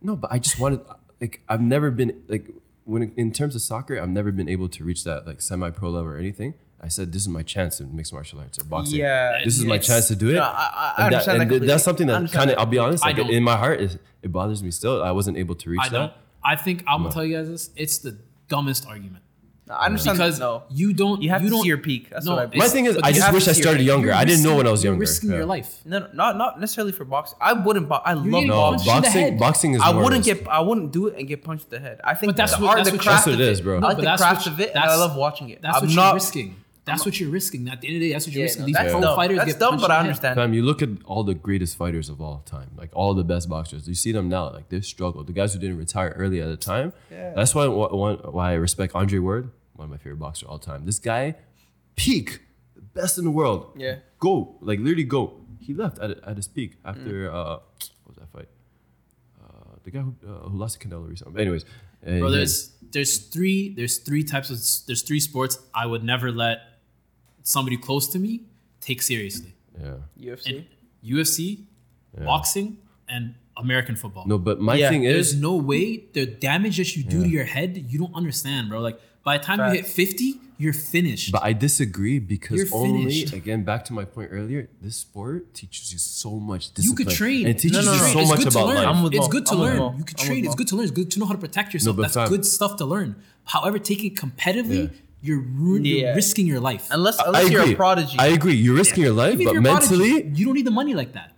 B: no, but I just wanted like I've never been like when it, in terms of soccer, I've never been able to reach that like semi-pro level or anything. I said this is my chance in mixed martial arts or boxing.
A: Yeah,
B: this is my
A: it's-
B: chance to do it.
A: No, I- I- I
B: And
A: understand that
B: and
A: completely.
B: that's something
A: I
B: that
A: understand
B: kind of
A: that
B: I'll be honest,
C: I
B: like
C: don't-
B: in my heart, it, it bothers me still. I wasn't able to reach
C: I don't.
B: that.
C: I think I'm gonna tell you guys this. It's the dumbest argument
A: No, I understand
C: because
A: that. No.
C: you don't.
A: You have to
C: don't,
A: see your peak. That's
C: no,
A: what I
B: My
C: it's-
B: thing is,
C: but
B: I
C: you
B: just
A: have
B: wish
A: to
B: I
A: see it.
B: started younger. I didn't know when I was
C: You're
B: younger.
C: risking
B: Yeah.
C: your life.
A: No, no, not not necessarily for boxing. I wouldn't. Bo- I love
C: getting
B: No,
C: Punch
A: boxing.
C: in the
B: boxing,
C: head.
B: boxing is.
A: I
B: more
A: wouldn't
B: risk.
A: get. I wouldn't do it and get punched in the head. I think
C: But that's
A: the
C: what-
A: art,
C: that's
A: the
C: what you-
A: craft
B: That's what
A: of
B: it is, bro.
A: I
B: No,
A: like
C: but
A: the
C: that's
A: craft
C: what-
A: of it, and I
C: that's-
A: love watching it.
C: That's
A: I'm
C: what
A: not-
C: you're risking. That's what you're risking. At the end of the day, that's what you're
A: Yeah,
C: risking.
A: no,
C: These
A: that's
C: pro
A: dumb.
C: fighters
A: That's
C: get
A: dumb,
C: punched
A: but
C: in
A: I
C: the head.
A: understand.
B: Fam, you look at all the greatest fighters of all time, like all the best boxers. You see them now, like they've struggled. The guys who didn't retire early at the time.
A: Yeah.
B: That's why why, why I respect Andre Ward, one of my favorite boxers of all time. This guy, peak, the best in the world.
A: Yeah. Mm.
B: Go, like literally go. He left at, at his peak after uh, what was that fight? Uh, the guy who, uh, who lost to Canelo recently. But anyways, uh,
C: Bro,
B: he-
C: there's there's three there's three types of there's three sports I would never let somebody close to me take seriously.
B: yeah.
A: UFC.
C: And UFC, boxing, and American football.
B: No, but my
A: Yeah,
B: thing is,
C: There's no way the damage that you do to your head, you don't understand, bro. Like, By the time you hit
A: Facts.
C: 50, you're finished.
B: But I disagree because
C: You're
B: only
C: finished.
B: again back to my point earlier. This sport teaches you so much
C: you
B: discipline.
C: could train.
B: and It teaches
A: No, no,
B: you
A: no.
B: so
C: It's
B: much
C: good to
B: about
C: learn.
B: life.
A: I'm with
C: it's
A: Mo.
C: good to
A: I'm with
C: learn.
A: Mo.
C: You could
A: I'm
C: train.
A: with
C: It's
A: Mo.
C: good to learn. It's good to know how to protect yourself.
B: but
C: That's
B: fam-
C: good stuff to learn. However, taking it competitively,
B: Yeah.
C: you're, ruin- you're
A: Yeah.
C: risking your life.
A: Unless
B: I
A: unless
B: agree.
A: you're a prodigy.
B: I agree. You're risking your life,
C: Even if
B: but
C: you're a prodigy,
B: mentally,
C: you don't need the money like that.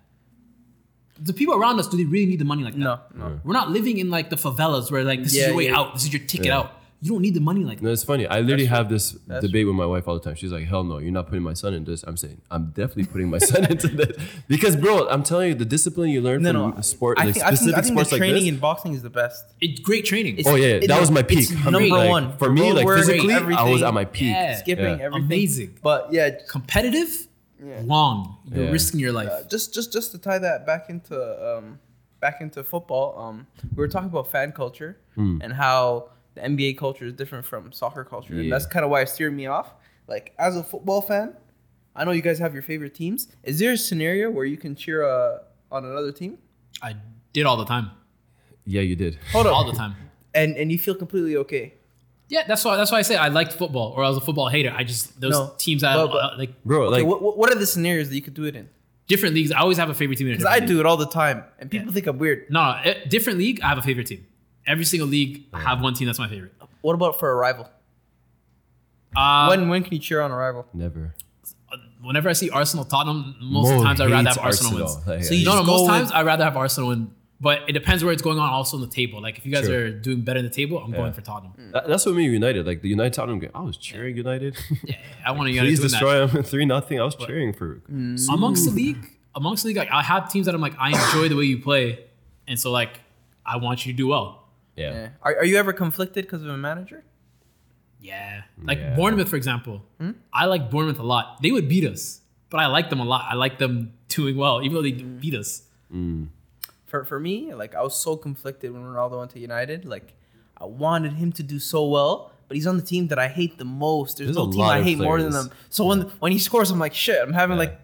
C: The people around us, do they really need the money like that?
A: no, no.
C: We're not living in like the favelas where like this
A: Yeah,
C: is your way
A: yeah.
C: out, this is your ticket
B: Yeah.
C: out. You don't need the money like that.
B: No, it's funny. I literally
A: That's
B: have this
A: That's
B: debate with my wife all the time. She's like, "Hell no, you're not putting my son in this." I'm saying, "I'm definitely putting my son into this because, bro, I'm telling you, the discipline you learn
A: no,
B: from
A: no.
B: sport,
A: I
B: like
A: think, I think,
B: specific
A: I think
B: sports
A: the
B: like
A: training
B: this."
A: in boxing is the best.
C: It's great training.
A: It's-
B: oh yeah,
A: it-
B: that was my
A: it's
B: peak. I'm
A: number
B: like,
A: one.
B: for me.
A: Road
B: Like
A: work,
B: physically, I was
A: everything.
B: at my peak.
C: Yeah.
A: skipping
B: Yeah.
A: everything.
C: Amazing.
A: But yeah,
C: competitive,
A: Yeah.
C: long. You're
B: Yeah.
C: risking your life.
A: uh, just just just to tie that back into um, back into football. Um, we were talking about fan culture
C: Hmm.
A: and how the NBA culture is different from soccer culture, and
B: Yeah.
A: that's kind of why it steered me off. Like as a football fan, I know you guys have your favorite teams. Is there a scenario where you can cheer uh, on another team?
C: I did all the time.
B: Yeah, you did.
A: Hold
C: All
A: on,
C: the time.
A: and and you feel completely okay.
C: Yeah, that's why that's why I say I liked football or I was a football hater. I just those
A: No.
C: teams that
A: Well, but-
C: uh, like
B: Bro,
A: Okay,
B: like
A: what- what what are the scenarios that you could do it in?
C: different leagues. I always have a favorite team in a
A: Because I
C: different league.
A: do it all the time, and people think I'm weird.
C: No, no, eh, different league, I have a favorite team. Every single league, I have one team that's my favorite.
A: What about for a rival?
C: Uh,
A: when when can you cheer on a rival?
B: never.
C: whenever I see Arsenal, Tottenham, most of
B: Mo
C: the times I'd rather
B: hates
C: have Arsenal, wins.
B: Like,
A: So you
C: no,
A: just
C: no, most
A: go with-
C: times I'd rather have Arsenal win. But it depends where it's going on also in the table. Like if you guys
B: True.
C: are doing better in the table, I'm
B: Yeah.
C: going for Tottenham.
B: that- that's what made me United. Like the United Tottenham game, I was cheering United.
C: Yeah, I want to get
B: Please
C: doing that.
B: destroy them three nothing. I was cheering for.
A: Mm,
C: Amongst the league, amongst the league, like I have teams that I'm like, I enjoy the way you play. And so like I want you to do well.
B: Yeah.
A: Yeah. Are, are you ever conflicted because of a manager?
C: Yeah. Hmm? Like
B: Yeah.
C: Bournemouth, for example. I like Bournemouth a lot. They would beat us, but I like them a lot. I like them doing well, even though they beat us.
A: for for me, like I was so conflicted when Ronaldo went to United. Like I wanted him to do so well, but he's on the team that I hate the most. There's,
B: There's
A: no
B: a
A: team
B: lot
A: I
B: of
A: hate more than
B: players.
A: them. So when when he scores, I'm like shit. I'm having
B: Yeah.
A: like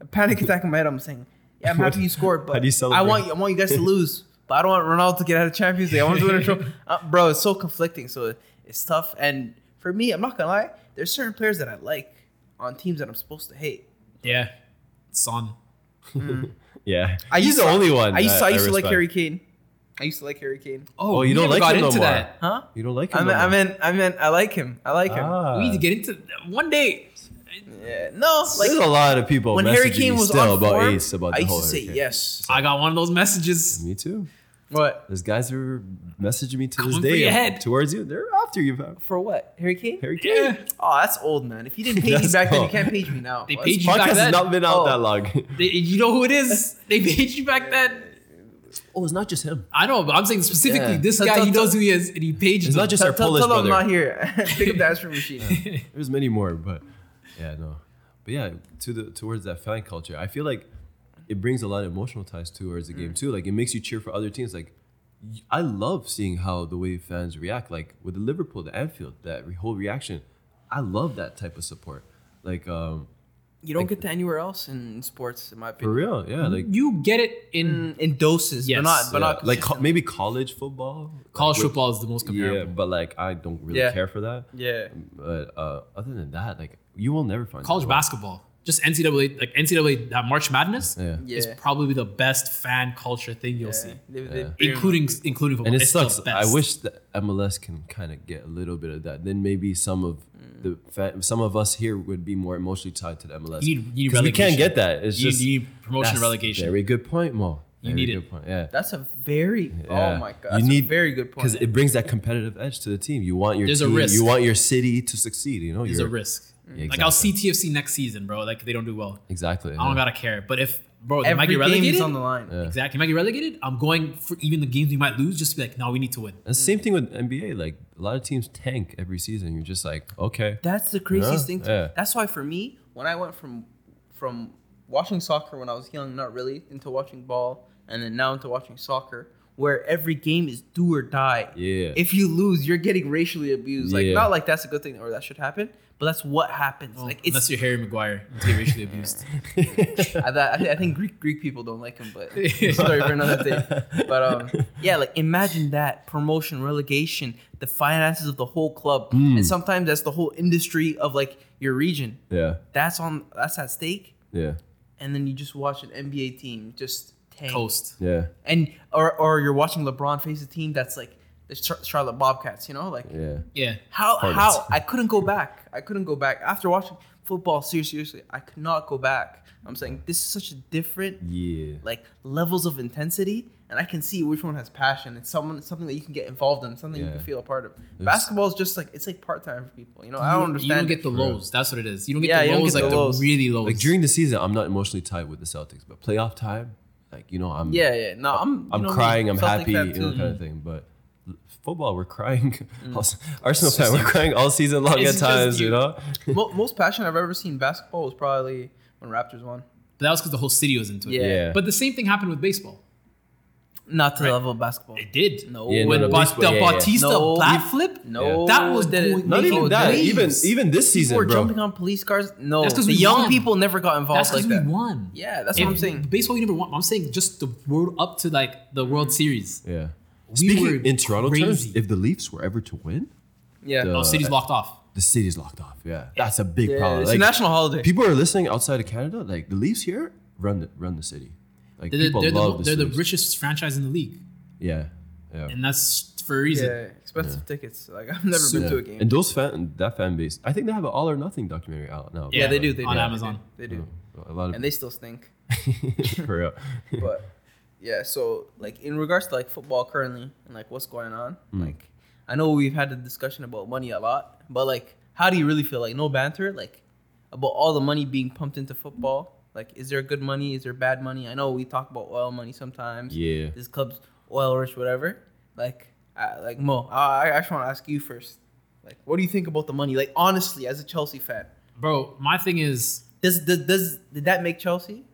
A: a panic attack in my head. I'm saying, yeah, I'm happy you scored,
B: How
A: but
B: do you celebrate?
A: I want I want you guys to lose. But I don't want Ronaldo to get out of Champions League. I want to win a trophy. Uh, bro, it's so conflicting. So it's tough. And for me, I'm not gonna lie. There's certain players that I like on teams that I'm supposed to hate.
C: Yeah. Son.
B: Yeah,
A: I
B: he's
A: used
B: the
A: to-
B: only one.
A: I used to, I used to like
B: respect.
A: Harry Kane. I used to like Harry Kane.
B: Oh, you
C: we
B: don't
C: never
B: like
C: got
B: him no
C: into
B: more.
C: that.
A: Huh?
B: You don't like him.
A: I meant,
B: no
A: I
B: more.
A: meant, I meant, I like him. I like him.
B: Ah.
C: We need to get into one day.
A: Yeah, no, like
B: There's a lot of people
A: when Harry
B: messaging
A: Kane
B: me
A: was
B: still
A: on
B: about
A: form,
B: Ace about
A: I
B: the
A: used
B: whole
A: to say
B: Hurricane.
A: yes.
C: I got one of those messages.
B: Me too.
A: What
B: Those guys are messaging me to this
C: Coming for
B: day
C: your head.
B: towards you. They're after you, fam.
A: for what? Harry Kane?
B: Harry Kane.
C: Yeah.
A: Oh, that's old man. If you didn't page me
B: That's
A: back then, you
B: old.
A: can't page me now.
C: They
A: What?
C: page you- back
B: Podcast
C: then?
B: has not been out
A: Oh.
B: that long.
C: They, you know who it is. They paid you back then.
B: oh, it's not just him.
C: I know, but I'm saying specifically
B: Yeah.
C: this
A: Tell-
C: guy.
A: tell-
C: He knows
A: tell-
C: who he is, and he paged
B: It's
C: them.
B: not just
A: Tell,
B: our
A: tell,
B: Polish
A: tell him I'm
B: brother.
A: not here. Pick up the answering machine.
B: There's many more, but yeah, no. But yeah, to the towards that fan culture, I feel like it brings a lot of emotional ties towards the
A: Mm.
B: game too. Like it makes you cheer for other teams. Like y- I love seeing how the way fans react. Like with the Liverpool, the Anfield, that re- whole reaction. I love that type of support. Like um,
A: You don't get to anywhere else in sports, in my
B: for
A: opinion.
B: real, yeah.
A: Mm.
B: Like
C: you get it in
A: In, in doses,
C: Yes.
A: but not, but
B: yeah,
A: not
B: like co-
A: consistent.
B: maybe college football.
C: college
B: like, with-
C: football is the most
B: Yeah,
C: comparable.
B: but like I don't really
A: Yeah.
B: care for that.
A: yeah.
B: But uh, other than that, like you will never find
C: College
B: basketball.
C: basketball, just NCAA, like NCAA that uh, March Madness
B: Yeah.
C: is
A: Yeah.
C: probably the best fan culture thing you'll see,
A: They- they-
B: Yeah.
A: they-
C: including including football.
B: and it
C: It's the
B: sucks. I
C: best.
B: wish that MLS can kind of get a little bit of that. Then maybe some of the fa- some of us here would be more emotionally tied to the MLS.
C: You need- you need
B: 'Cause we can't get
C: relegation.
B: that. It's
C: you,
B: just
C: you need promotion and
B: that's
C: relegation.
B: Very good point, Mo.
C: You
B: Very
C: need
B: good
C: it.
B: Point. Yeah.
A: That's a very.
B: Yeah.
A: Oh my god. That's a very good point.
B: because it brings that competitive edge to the team. You want your
C: There's a
B: team-
C: risk.
B: you want your city to succeed. You know,
C: There's
B: You're-
C: a risk.
B: Yeah,
A: Mm.
C: Like I'll see
B: exactly.
C: TFC next season, bro. Like if they don't do well,
B: exactly.
C: I don't
B: yeah.
C: gotta care. But if bro, they
A: Every
C: might get
A: game
C: relegated.
A: is on the line.
B: Yeah.
C: Exactly. If I get relegated, I'm going for even the games we might lose. Just to be like, no, we need to win.
B: And same thing with NBA. Like a lot of teams tank every season. You're just like, okay,
A: That's the craziest
B: Yeah,
A: thing. To,
B: yeah.
A: That's why for me, when I went from from watching soccer when I was young, not really into watching ball, and then now into watching soccer. where every game is do or die.
B: Yeah.
A: If you lose, you're getting racially abused. Like
B: Yeah.
A: not like that's a good thing or that should happen, but that's what happens. like it's
C: Unless you're Harry Maguire, you get racially abused.
A: I, that- I, thi- I think Greek Greek people don't like him, but story for another day. But um, yeah, like imagine that promotion, relegation, the finances of the whole club,
B: Hmm.
A: and sometimes that's the whole industry of like your region.
B: yeah.
A: That's on that's at stake,
B: Yeah.
A: and then you just watch an NBA team just tank,
C: Coast.
B: Yeah.
A: and or or you're watching LeBron face a team that's like the Char- Charlotte Bobcats, you know, like
B: Yeah.
C: Yeah.
A: how
B: Hornets.
A: how I couldn't go back. I couldn't go back after watching football. Seriously, seriously, I could not go back. I'm saying this is such a different
B: Yeah.
A: like levels of intensity, and I can see which one has passion. It's someone something that you can get involved in, something you
B: Yeah.
A: can feel a part of. Basketball is just like it's like part time for people. You know, I
C: You-
A: don't understand.
C: You don't get the lows. That's what it is. You don't get
A: Yeah, you
C: the
A: don't
C: lows,
A: get
C: like
A: the
C: the,
A: lows.
C: really lows.
B: Like during the season, I'm not emotionally tied with the Celtics, but playoff time, like you know, I'm
A: yeah, yeah. No, I'm. you
B: I'm
A: know,
B: crying, I'm
A: Celtic
B: happy, you
A: fan
B: know,
A: too.
B: kind of thing. But football, we're crying. Arsenal fan, we're crying all season long
C: It's
B: at
C: just
B: times,
C: you.
B: you. know.
A: Mo- most passion I've ever seen basketball was probably when Raptors won.
C: but that was because the whole city was into it.
A: Yeah.
B: Yeah.
C: But the same thing happened with baseball.
A: Not to the level of basketball.
C: It did.
A: No.
B: Yeah, no,
C: When
B: no,
C: Ba-
B: baseball,
C: the
B: yeah, yeah.
C: Bautista
A: No.
C: black flip,
A: No,
C: That was
A: didn't.
C: going-
B: Not
C: They
B: even
C: go
B: that.
C: waves.
B: Even even this
A: People were
B: season, bro.
A: jumping on police cars. No,
C: That's 'cause
A: the
C: we
A: young
C: won.
A: people never got
C: that's
A: involved
C: because
A: like
C: we
A: that.
C: won.
A: Yeah, that's
C: If
A: what I'm saying.
C: Baseball, you never won. I'm saying just the world up to like the World
B: Mm-hmm.
C: Series.
B: Yeah.
C: We
B: Speaking
C: were
B: in Toronto terms,
C: crazy.
B: if the Leafs were ever to win,
A: Yeah,
B: Duh.
C: The city's locked off.
B: the city's locked off. Yeah, that's a big
A: Yeah,
B: problem.
A: it's a
B: Like,
A: national holiday.
B: people are listening outside of Canada. Like the Leafs here run the run the city. Like
C: They're, the,
B: people
C: they're, the,
B: love the,
C: they're the
B: Leafs.
C: richest franchise in the league,
B: Yeah, yeah.
C: and that's for a reason.
A: yeah, expensive tickets. Like I've never been
B: Yeah.
A: to a game.
B: And those fan that fan base, I think they have an all or nothing documentary out now.
C: Yeah,
A: yeah, they do. They
C: on
A: do.
C: Amazon.
A: They do. They do.
B: A lot of
A: And they still stink.
B: for real.
A: But yeah, so like in regards to like football currently and like what's going on, like I know we've had a discussion about money a lot, but like how do you really feel? Like no banter, like about all the money being pumped into football. Like is there good money? Is there bad money? I know we talk about oil money sometimes.
B: Yeah.
A: This club's oil rich, whatever. Like I, like Mo, I, I actually want to ask you first. Like what do you think about the money? Like honestly, as a Chelsea fan,
C: Bro, my thing is
A: does does, does did that make Chelsea?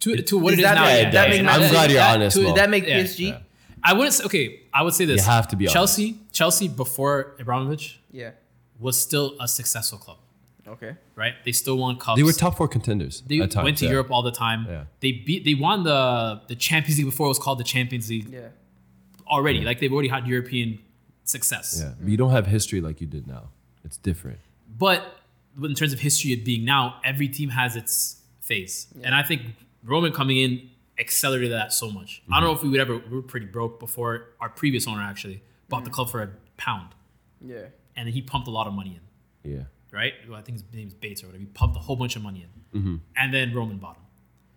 C: to, to what it
A: Does
C: is
A: that
C: now.
A: make-
C: yeah,
A: that
C: yeah,
A: make
C: yeah.
A: Man
B: I'm
A: City-
B: glad you're
A: that-
B: honest.
C: to-
B: Mo.
A: Did that make
C: Yeah,
A: PSG?
B: yeah.
C: I wouldn't. Say, okay, I would say this.
B: You have to be honest.
C: Chelsea. Chelsea before Abramovich
A: Yeah.
C: was still a successful club,
A: Okay.
C: right? They still won cups.
B: They were top four contenders.
C: They
B: at times,
C: went to
B: yeah.
C: Europe all the time.
B: Yeah.
C: They beat. They won the the Champions League before it was called the Champions League
A: Yeah.
C: already. Like they've already had European success.
B: Yeah, but you don't have history like you did now. It's different.
C: But in terms of history of being now, every team has its phase. And I think Roman coming in accelerated that so much. I
B: Mm-hmm.
C: don't know if we would ever, we were pretty broke before our previous owner actually bought the club for a pound.
A: Yeah.
C: And he pumped a lot of money in,
B: Yeah.
C: right? Well, I think his name's Bates or whatever. He pumped a whole bunch of money in. And then Roman bought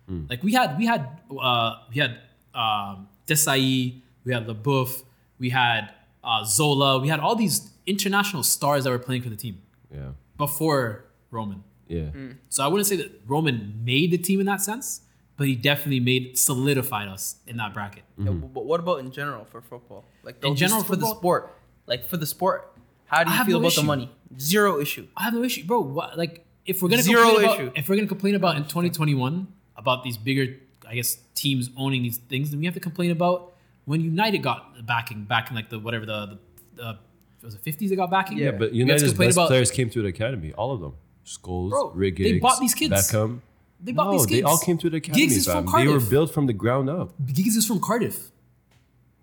C: him. Like we had, we had, uh, we had um, Desai, we had LeBoeuf, we had uh, Zola, we had all these international stars that were playing for the team
B: Yeah.
C: before Roman.
B: Yeah.
C: So I wouldn't say that Roman made the team in that sense, but he definitely made solidified us in that bracket.
A: Yeah, but- but what about in general for football? Like
C: In
A: just
C: general
A: for the
C: football?
A: sport, like for the sport, how do
C: I
A: you
C: have
A: feel
C: no
A: about
C: issue.
A: the money? Zero issue.
C: I have no issue, bro. What, like if we're gonna
A: Zero
C: complain about-
A: issue.
C: if we're gonna complain about in 2021 about these bigger, I guess teams owning these things, then we have to complain about when United got the backing back in like the whatever the the, the was it 50s they got backing.
A: Yeah,
B: But
C: We have to
B: United's
C: complain
B: best
C: about-
B: players came through the academy. All of them. Scholes,
C: Bro, they
B: Riggs,
C: bought these kids.
B: Beckham.
C: they bought
B: no,
C: these kids.
B: they all came through the academy.
C: Giggs is
B: fam.
C: from
B: They were
C: Cardiff.
B: built from the ground up.
C: Giggs is from Cardiff.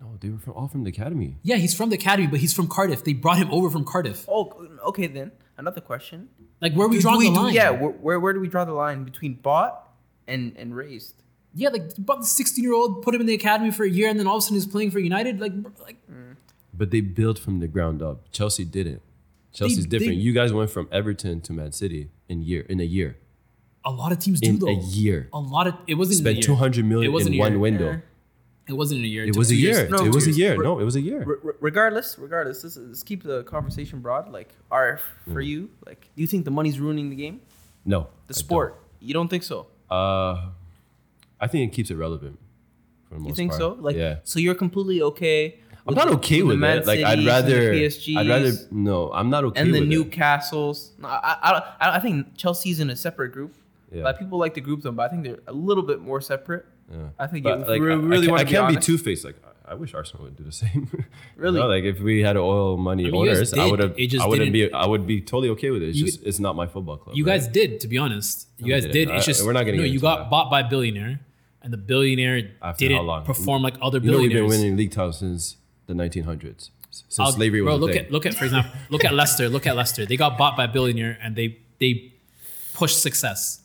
B: No, they were from all from the academy.
C: Yeah, he's from the academy, but he's from Cardiff. They brought him over from Cardiff.
A: Oh, okay then. Another question.
C: Like where are we
A: Do
C: drawing
A: we-
C: the
A: do-
C: line?
A: Yeah, where, where where do we draw the line between bought and and raised?
C: Yeah, like you bought the 16 year old, put him in the academy for a year, and then all of a sudden he's playing for United. Like, br- like
B: But they built from the ground up. Chelsea didn't. Chelsea's
C: they-
B: different. you guys went from Everton to Man City in year in a year.
C: a lot of teams do
B: In
C: though.
B: a year.
C: A lot of it wasn't oh, in a
B: Spent
C: year.
B: two hundred
C: It
B: million
C: wasn't
B: in
C: a year.
B: one window.
A: Yeah.
C: It wasn't in a year.
B: It
C: took
B: was a
C: two years.
B: year.
C: No,
B: it
C: two
B: was a
C: years.
B: year. No, it was a year.
A: R- r- regardless, regardless, let's, let's keep the conversation broad. Like, are for you? Like, do you think the money's ruining the game,
B: No.
A: the
B: I
A: sport? You don't think so?
B: don't. Uh, I think it keeps it relevant. For the most
A: You think
B: part.
A: so? Like,
B: yeah.
A: so you're completely okay?
B: I'm not okay
A: the
B: with
A: Man
B: it. Like I'd
A: Cities and the
B: rather.
A: PSGs.
B: I'd rather no. I'm not okay
A: and the
B: with
A: new
B: it.
A: castles. No, I, I, don't- I, I think Chelsea's in a separate group.
B: Yeah.
A: Like people like to group them, but I think they're a little bit more separate.
B: Yeah.
A: I think
B: But,
A: if
B: like,
A: we
B: I-
A: really
B: I,
A: want
B: I
A: to be
B: can't be
A: honest.
B: two faced. Like I wish Arsenal would do the same. You
A: Really?
B: know, like if we had oil money
C: I mean, you guys
B: owners, I
C: did,
B: would have.
C: it just
B: I wouldn't
C: didn't-
B: be. I would be totally okay with it. It's
C: You-
B: just it's not my football club.
C: You
B: right?
C: guys did, to be honest. You
B: No, we
C: guys did.
B: didn't.
C: It's
B: I-
C: just
B: we're not gonna
C: no.
B: get
C: You
B: into
C: got
B: that.
C: bought by a billionaire, and the billionaire
B: After how
C: didn't
B: long?
C: perform like other
B: You know, we've
C: billionaires.
B: been winning league titles since the 1900s, s- since
C: I'll-
B: slavery was
C: bro,
B: a
C: look
B: thing.
C: at look at for example, look at Leicester. Look at Leicester. They got bought by a billionaire, and they they pushed success.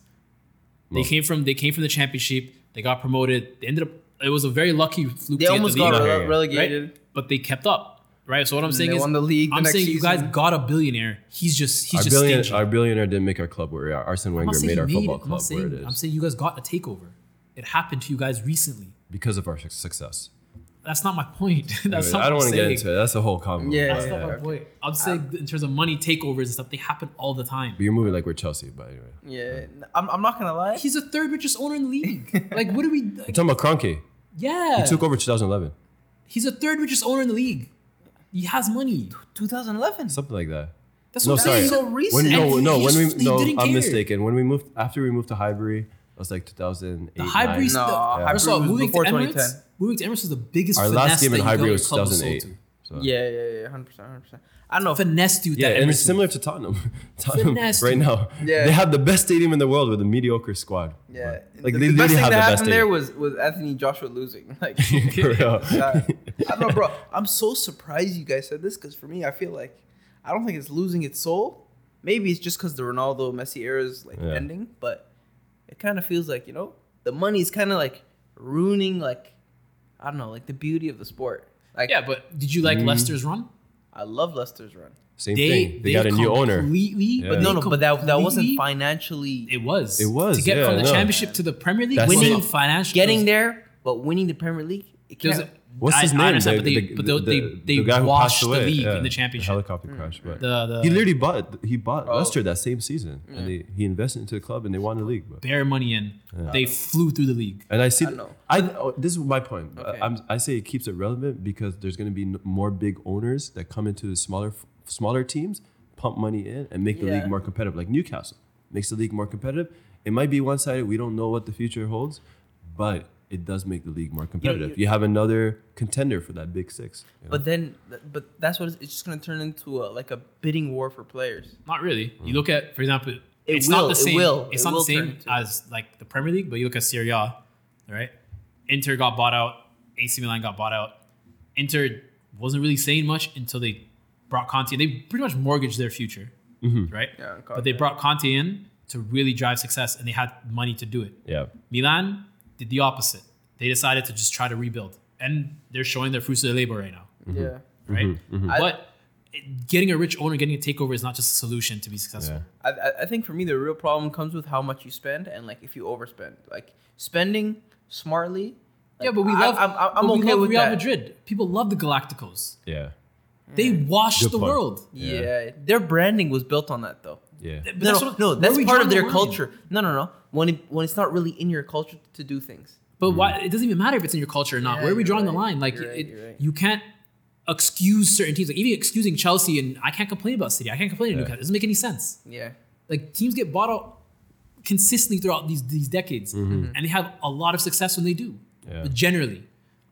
C: They
B: Well.
C: came from they came from the championship. They got promoted. They ended up. It was a very lucky fluke.
A: They
C: to get
A: almost
C: the
A: got
C: league.
B: league.
A: rele-
B: Yeah, yeah.
A: relegated.
C: right? But they kept up, right? So what I'm saying
A: they
C: is,
A: won the league the
C: I'm
A: next
C: saying you guys
A: season.
C: got a billionaire. He's just he's
B: our,
C: just
B: billion,
C: stingy.
B: our billionaire didn't make our club where we are. Arsene
C: I'm not
B: Wenger
C: saying
B: made
C: you
B: our
C: made
B: football
C: it. I'm not
B: club where
C: saying,
B: it is
C: I'm saying you guys got a takeover. It happened to you guys recently.
B: because of our su- success.
C: That's not my point. That's
B: Anyway,
C: not
B: I don't want
C: what I'm
B: to get
C: saying.
B: into it. That's a whole combo.
A: Yeah,
C: That's
A: yeah,
C: not my
A: okay.
C: point. I'm saying in terms of money takeovers and stuff, they happen all the time.
B: But you're moving like we're Chelsea, but anyway.
A: Yeah, I'm, I'm not gonna lie.
C: He's the third richest owner in the league. Like, what do we?
B: You're
C: Like,
B: talking about Kroenke.
C: yeah,
B: He took over 2011,
C: he's the third richest owner in the league. He has money.
A: 2011.
B: something like that.
C: That's
B: No,
C: what I'm
B: sorry.
C: saying.
A: so recent.
B: When, no,
C: And
B: no.
C: he
B: When we
C: just- he
B: no,
C: didn't
B: I'm
C: care.
B: mistaken. When we moved after we moved to Highbury, it was like 2008.
C: The Highbury,
A: No,
C: the,
A: Highbury
C: first of all,
A: was
C: moving to
A: before
C: Emirates,
A: 2010.
C: moving to Emirates was the biggest.
B: Our last
C: finesse
B: game
C: that
B: in
C: you got
B: Highbury
C: your
B: was
C: club sold
B: 2008.
C: to.
B: So.
A: Yeah, yeah, yeah, 100, 100. I don't know.
C: Finessed you. with
B: Yeah,
C: that
B: and it's
C: Emirates
B: similar
C: move.
B: to Tottenham. Tottenham
C: Finesse.
B: right now,
A: Yeah.
B: they have the best stadium in the world with a mediocre squad.
A: yeah,
B: like
A: the,
B: they
A: the
B: literally
A: best thing
B: have
A: that
B: the
A: happened
B: best
A: there
B: stadium.
A: was was Anthony Joshua losing. Like,
B: For real.
A: I don't know, bro. I'm so surprised you guys said this because for me, I feel like I don't think it's losing its soul. Maybe it's just because the Ronaldo Messi era is like
B: Yeah.
A: ending, but it kind of feels like you know the money's kind of like ruining like I don't know like the beauty of the sport. Like
C: Yeah, but did you like Leicester's run?
A: I love Leicester's run,
B: Same Mm-hmm. thing. They, got a new owner.
C: Completely,
B: But
C: they
A: no, no, but that that wasn't
C: completely-
A: financially
C: It was.
B: It was,
C: to get
B: yeah,
C: from the
B: no.
C: championship to the Premier League,
B: That's
C: winning
B: it.
C: financial,
A: getting there, but winning the Premier League. It
C: There was
A: can't,
C: a-
B: What's
C: I-
B: his
C: I
B: name?
C: understand,
B: The-
C: but they,
B: the-
C: but they,
B: the-
C: they, they
B: the guy who
C: washed
B: passed
C: the
B: away,
C: league
B: yeah,
C: in the championship.
B: helicopter crash. But
C: The, the
B: he literally bought. He bought
A: Hmm. Oh.
B: Leicester that same season, and they, he invested into the club, and they won the league. But
C: bare money in. They flew through the league.
B: and I see.
A: I
B: th-
A: know.
B: I oh, this is my point.
A: Okay.
B: I, am I say it keeps it relevant because there's going to be n- more big owners that come into the smaller f- smaller teams, pump money in, and make the
A: Yeah.
B: league more competitive. Like Newcastle makes the league more competitive. It might be one sided. We don't know what the future holds, but it does make the league more competitive.
A: you-
B: you have another contender for that big six. you know?
A: But then, th- but that's what it's, it's just gonna turn into a, like a bidding war for players.
C: Not really. You look at, for example,
A: Mm-hmm. It
C: it's
A: will,
C: not the
A: it
C: same.
A: will,
C: It's
A: it
C: not the
A: will turn
C: same
A: into-
C: as like the Premier League, but you look at Serie A, right? Inter got bought out. AC Milan got bought out. Inter wasn't really saying much until they brought Conte. They pretty much mortgaged their future, right?
A: Yeah, and
C: but they
A: Conte.
C: brought Conte in to really drive success, and they had money to do it.
B: yeah,
C: Milan did the opposite. They decided to just try to rebuild, and they're showing their fruits of their labor right now,
A: Yeah,
C: right?
A: I-
C: But it- getting a rich owner, getting a takeover is not just a solution to be successful.
B: yeah.
A: I, I I think for me the real problem comes with how much you spend and like if you overspend. Like spending smartly. like,
C: yeah, but we
A: I-
C: love.
A: I'm, I'm, I'm
C: but we
A: okay
C: love
A: with
C: Real
A: that.
C: Madrid. People love the Galacticos.
B: yeah,
C: They washed
B: Good
C: the
B: point.
C: world.
A: Yeah.
B: Yeah.
A: their branding was built on that though.
B: yeah.
C: But
A: No,
C: that's
A: no,
C: what-
A: no,
C: where
A: that's
C: we
A: part
C: draw
A: of
C: the
A: their
C: line.
A: culture. No, no, no. When it, when it's not really in your culture to do things.
C: But why? It doesn't even matter if it's in your culture or not.
A: Mm. Yeah,
C: Where are we
A: you're
C: drawing the
A: right.
C: line? Like
A: You're right,
C: it,
A: you're right.
C: you can't excuse certain teams. Like even excusing Chelsea, and I can't complain about City. I can't complain about Newcastle. It doesn't make any sense.
A: Yeah,
C: like teams get bought out consistently throughout these these decades,
A: Mm-hmm.
C: and they have a lot of success when they do,
B: Mm-hmm. Yeah.
C: but generally.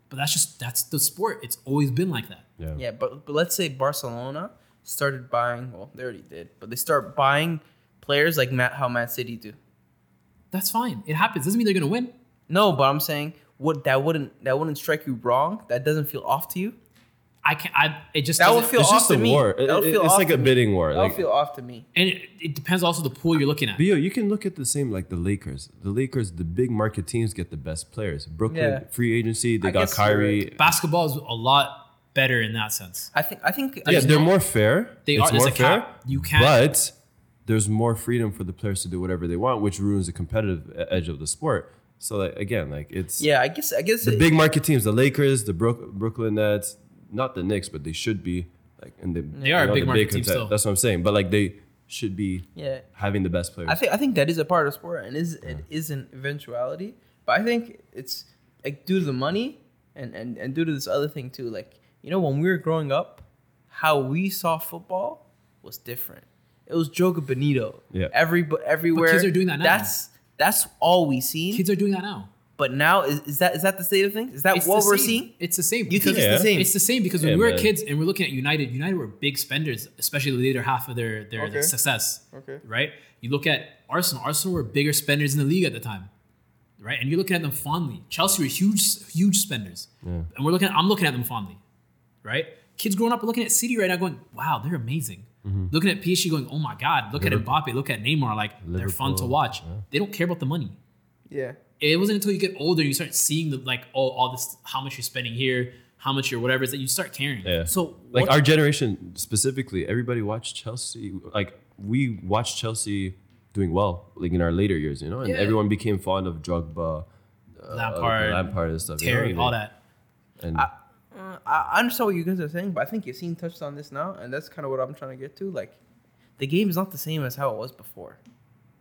C: But that's just that's the sport. It's always been like that.
B: Yeah.
A: yeah. But but let's say Barcelona started buying. Well, they already did, but they start buying players like Matt, how Man City do.
C: That's fine. It happens. Doesn't mean they're gonna win.
A: No, but I'm saying what that wouldn't that wouldn't strike you wrong. That doesn't feel off to you.
C: I can not I it just
A: That would
C: doesn't-
A: feel
B: It's just
A: off to
B: a
A: me.
B: war. It-
A: That would
B: it-
A: feel
B: it's
A: off
B: like
A: to
B: a
A: me.
B: bidding war,
A: That would
B: like-
A: feel off to me.
C: and it, it depends also the pool you're looking at.
B: But yo, you can look at the same like the Lakers. The Lakers, the big market teams get the best players. Brooklyn
A: Yeah.
B: free agency, they
A: I
B: got
A: guess you're
B: Kyrie.
C: Basketball is a lot better in that sense.
A: I think I think
B: Yeah,
A: I
B: they're more fair.
C: They
B: it's
C: are- there's
B: more
C: a cap. You can't-
B: But there's more freedom for the players to do whatever they want, which ruins the competitive e- edge of the sport. So like again, like it's
A: yeah, I guess I guess
B: the
A: it-
B: big market teams, the Lakers, the Brook, Brooklyn Nets, not the Knicks, but they should be like and they, they
C: are a big market team still.
B: That's what I'm saying. But like they should be
A: yeah.
B: having the best players.
A: I think I think that is a part of sport and is it is an eventuality. But I think it's like due to the money and, and and due to this other thing too. Like you know when we were growing up, how we saw football was different. It was Joga Benito.
B: Yeah.
A: Every everywhere.
C: kids are doing that now.
A: That's that's all we seen.
C: Kids are doing that now.
A: But now is, is that is that the state of things? Is that
C: It's
A: what
C: the
A: we're
C: same.
A: seeing?
C: It's the same.
A: You think
C: because-
A: it's the
B: Yeah.
A: same?
C: It's the same because
B: Yeah,
C: when we were
B: man.
C: kids and we're looking at United, United were big spenders, especially the later half of their, their,
A: Okay.
C: their success.
A: Okay.
C: Right? You look at Arsenal, Arsenal were bigger spenders in the league at the time. Right? And you're looking at them fondly. Chelsea were huge, huge spenders. And we're looking I'm looking at them fondly. Right? Kids growing up are looking at City right now going, wow, they're amazing. Looking at PSG going, oh my God, look
B: Mm-hmm. Liverpool.
C: at Mbappe, look at Neymar, like they're fun to
B: Liverpool,
C: watch.
B: yeah.
C: They don't care about the money
A: yeah.
C: it wasn't until you get older you start seeing the like all all this how much you're spending here, how much you're whatever is that you start caring.
B: Yeah.
A: So
B: like
A: what-
B: our generation specifically, everybody watched Chelsea. Like we watched Chelsea doing well, like in our later years, you know. And
C: Yeah.
B: everyone became fond of Drogba, uh,
C: Lampard,
B: Lampard, and stuff.
C: Terry,
B: you know?
C: all that.
B: And
A: Uh, I I understand what you guys are saying, but I think Yassine touched on this now, and that's kind of what I'm trying to get to. Like, the game is not the same as how it was before.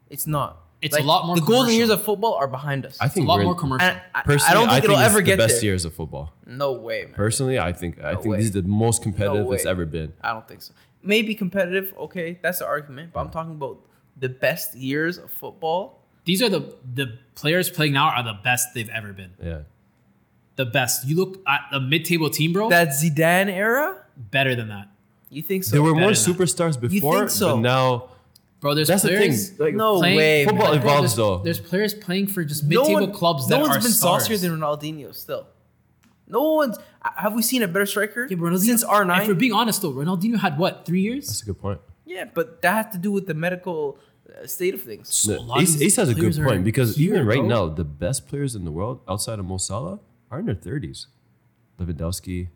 A: It's not.
C: It's
A: Like,
C: a lot more
A: The golden years
C: commercial.
A: of football are behind us.
B: I
C: It's a
B: think
C: lot
B: we're-
C: more commercial.
A: And I, I-
B: Personally,
A: I don't think it'll
B: it's
A: ever
B: the
A: get
B: best
A: there.
B: years of football.
A: No way, man.
B: Personally, I think I
A: No
B: think this is
A: way.
B: the most competitive it's
A: way.
B: ever been.
A: I don't think so. Maybe competitive, okay, that's the argument. But I'm talking about the best years of football.
C: These are the the players playing now are the best they've ever been.
B: Yeah.
C: The best. You look at the mid table team, bro.
A: That Zidane era.
C: better than that,
A: You think so?
B: there were
C: better
B: more
C: than that.
B: superstars before,
A: so?
B: but now
C: bro. There's
B: that's the thing.
C: players.
B: Like,
A: no
C: playing
A: way. man.
B: football
C: Bro,
B: evolves
C: there's,
B: though.
C: There's players playing for just
A: No
C: mid table
A: one-
C: clubs that
A: no one's
C: are
A: been
C: stars.
A: saucier than Ronaldinho. Still, no one's. Have we seen a better striker
C: Yeah, but Ronaldinho-
A: since R
C: And for
A: nine?
C: being honest though, Ronaldinho had what three
B: That's
C: years?
B: a good point.
A: Yeah, but that had to do with the medical uh, state of things.
C: So a
B: No,
C: lot of
B: Ace,
C: these
B: Ace has a good
C: players are
B: point because
C: here,
B: even right
C: bro.
B: now, the best players in the world outside of Mo Salah are in their thirties. Lewandowski,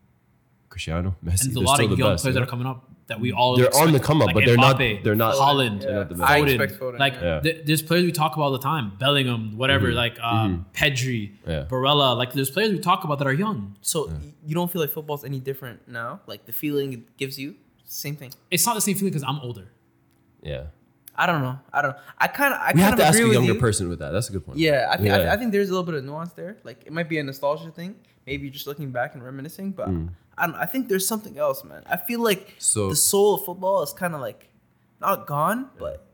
B: Cristiano, Messi.
C: And there's a
B: they're
C: lot
B: still
C: of
B: the
C: young
B: best,
C: players
B: you
C: that are
B: know?
C: coming up that we all
B: They're on the come up,
C: like
B: but they're not-
C: Mbappe,
B: they're not-
C: Holland.
A: Yeah.
B: They're not the best.
A: I
C: Foden.
A: expect Foden.
C: Like
A: yeah. Mm-hmm.
C: th- there's players we talk about all the time, Bellingham, whatever, like um, Pedri,
B: Yeah.
C: Barella. Like there's players we talk about that are young.
A: So y- you don't feel like football's any different now. Like the feeling it gives you, same thing.
C: It's not the same feeling because I'm older.
B: Yeah,
A: I don't know. I don't. I kind of. I kind
B: we have
A: of
B: to ask
A: agree
B: a
A: with
B: younger
A: you.
B: person with that. That's a good point.
A: Yeah, I think I,
B: Yeah.
A: I think there's a little bit of nuance there. Like it might be a nostalgia thing. Maybe you're just looking back and reminiscing, but I, don't, I think there's something else, man. I feel like
B: Mm. So-
A: the soul of football is kind of like not gone, but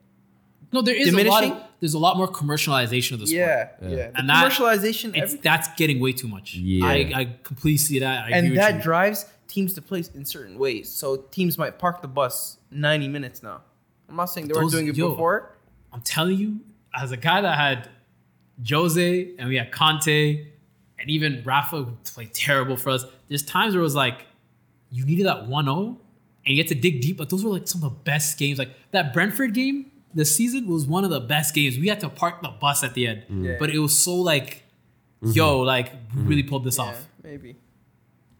C: No, there is a lot. Of,
A: Diminishing?
C: there's a lot more commercialization of the sport.
A: yeah, yeah.
B: Yeah.
A: The
C: And that-
A: commercialization,
C: It's,
A: every,
C: that's getting way too much.
B: Yeah.
C: I, I completely see that. I agree
A: and that
C: with you.
A: drives teams to play in certain ways. So teams might park the bus 90 minutes now. I'm not saying they weren't
C: Those-
A: doing it
C: yo.
A: before.
C: I'm telling you, as a guy that had Jose and we had Conte and even Rafa who played terrible for us, there's times where it was like, you needed that 1 0 and you had to dig deep. But those were like some of the best games. Like that Brentford game this season was one of the best games. We had to park the bus at the end.
B: Mm.
A: Yeah.
C: But it was so like,
B: Mm-hmm.
C: yo, like, we really pulled this
A: Yeah,
C: off.
A: maybe.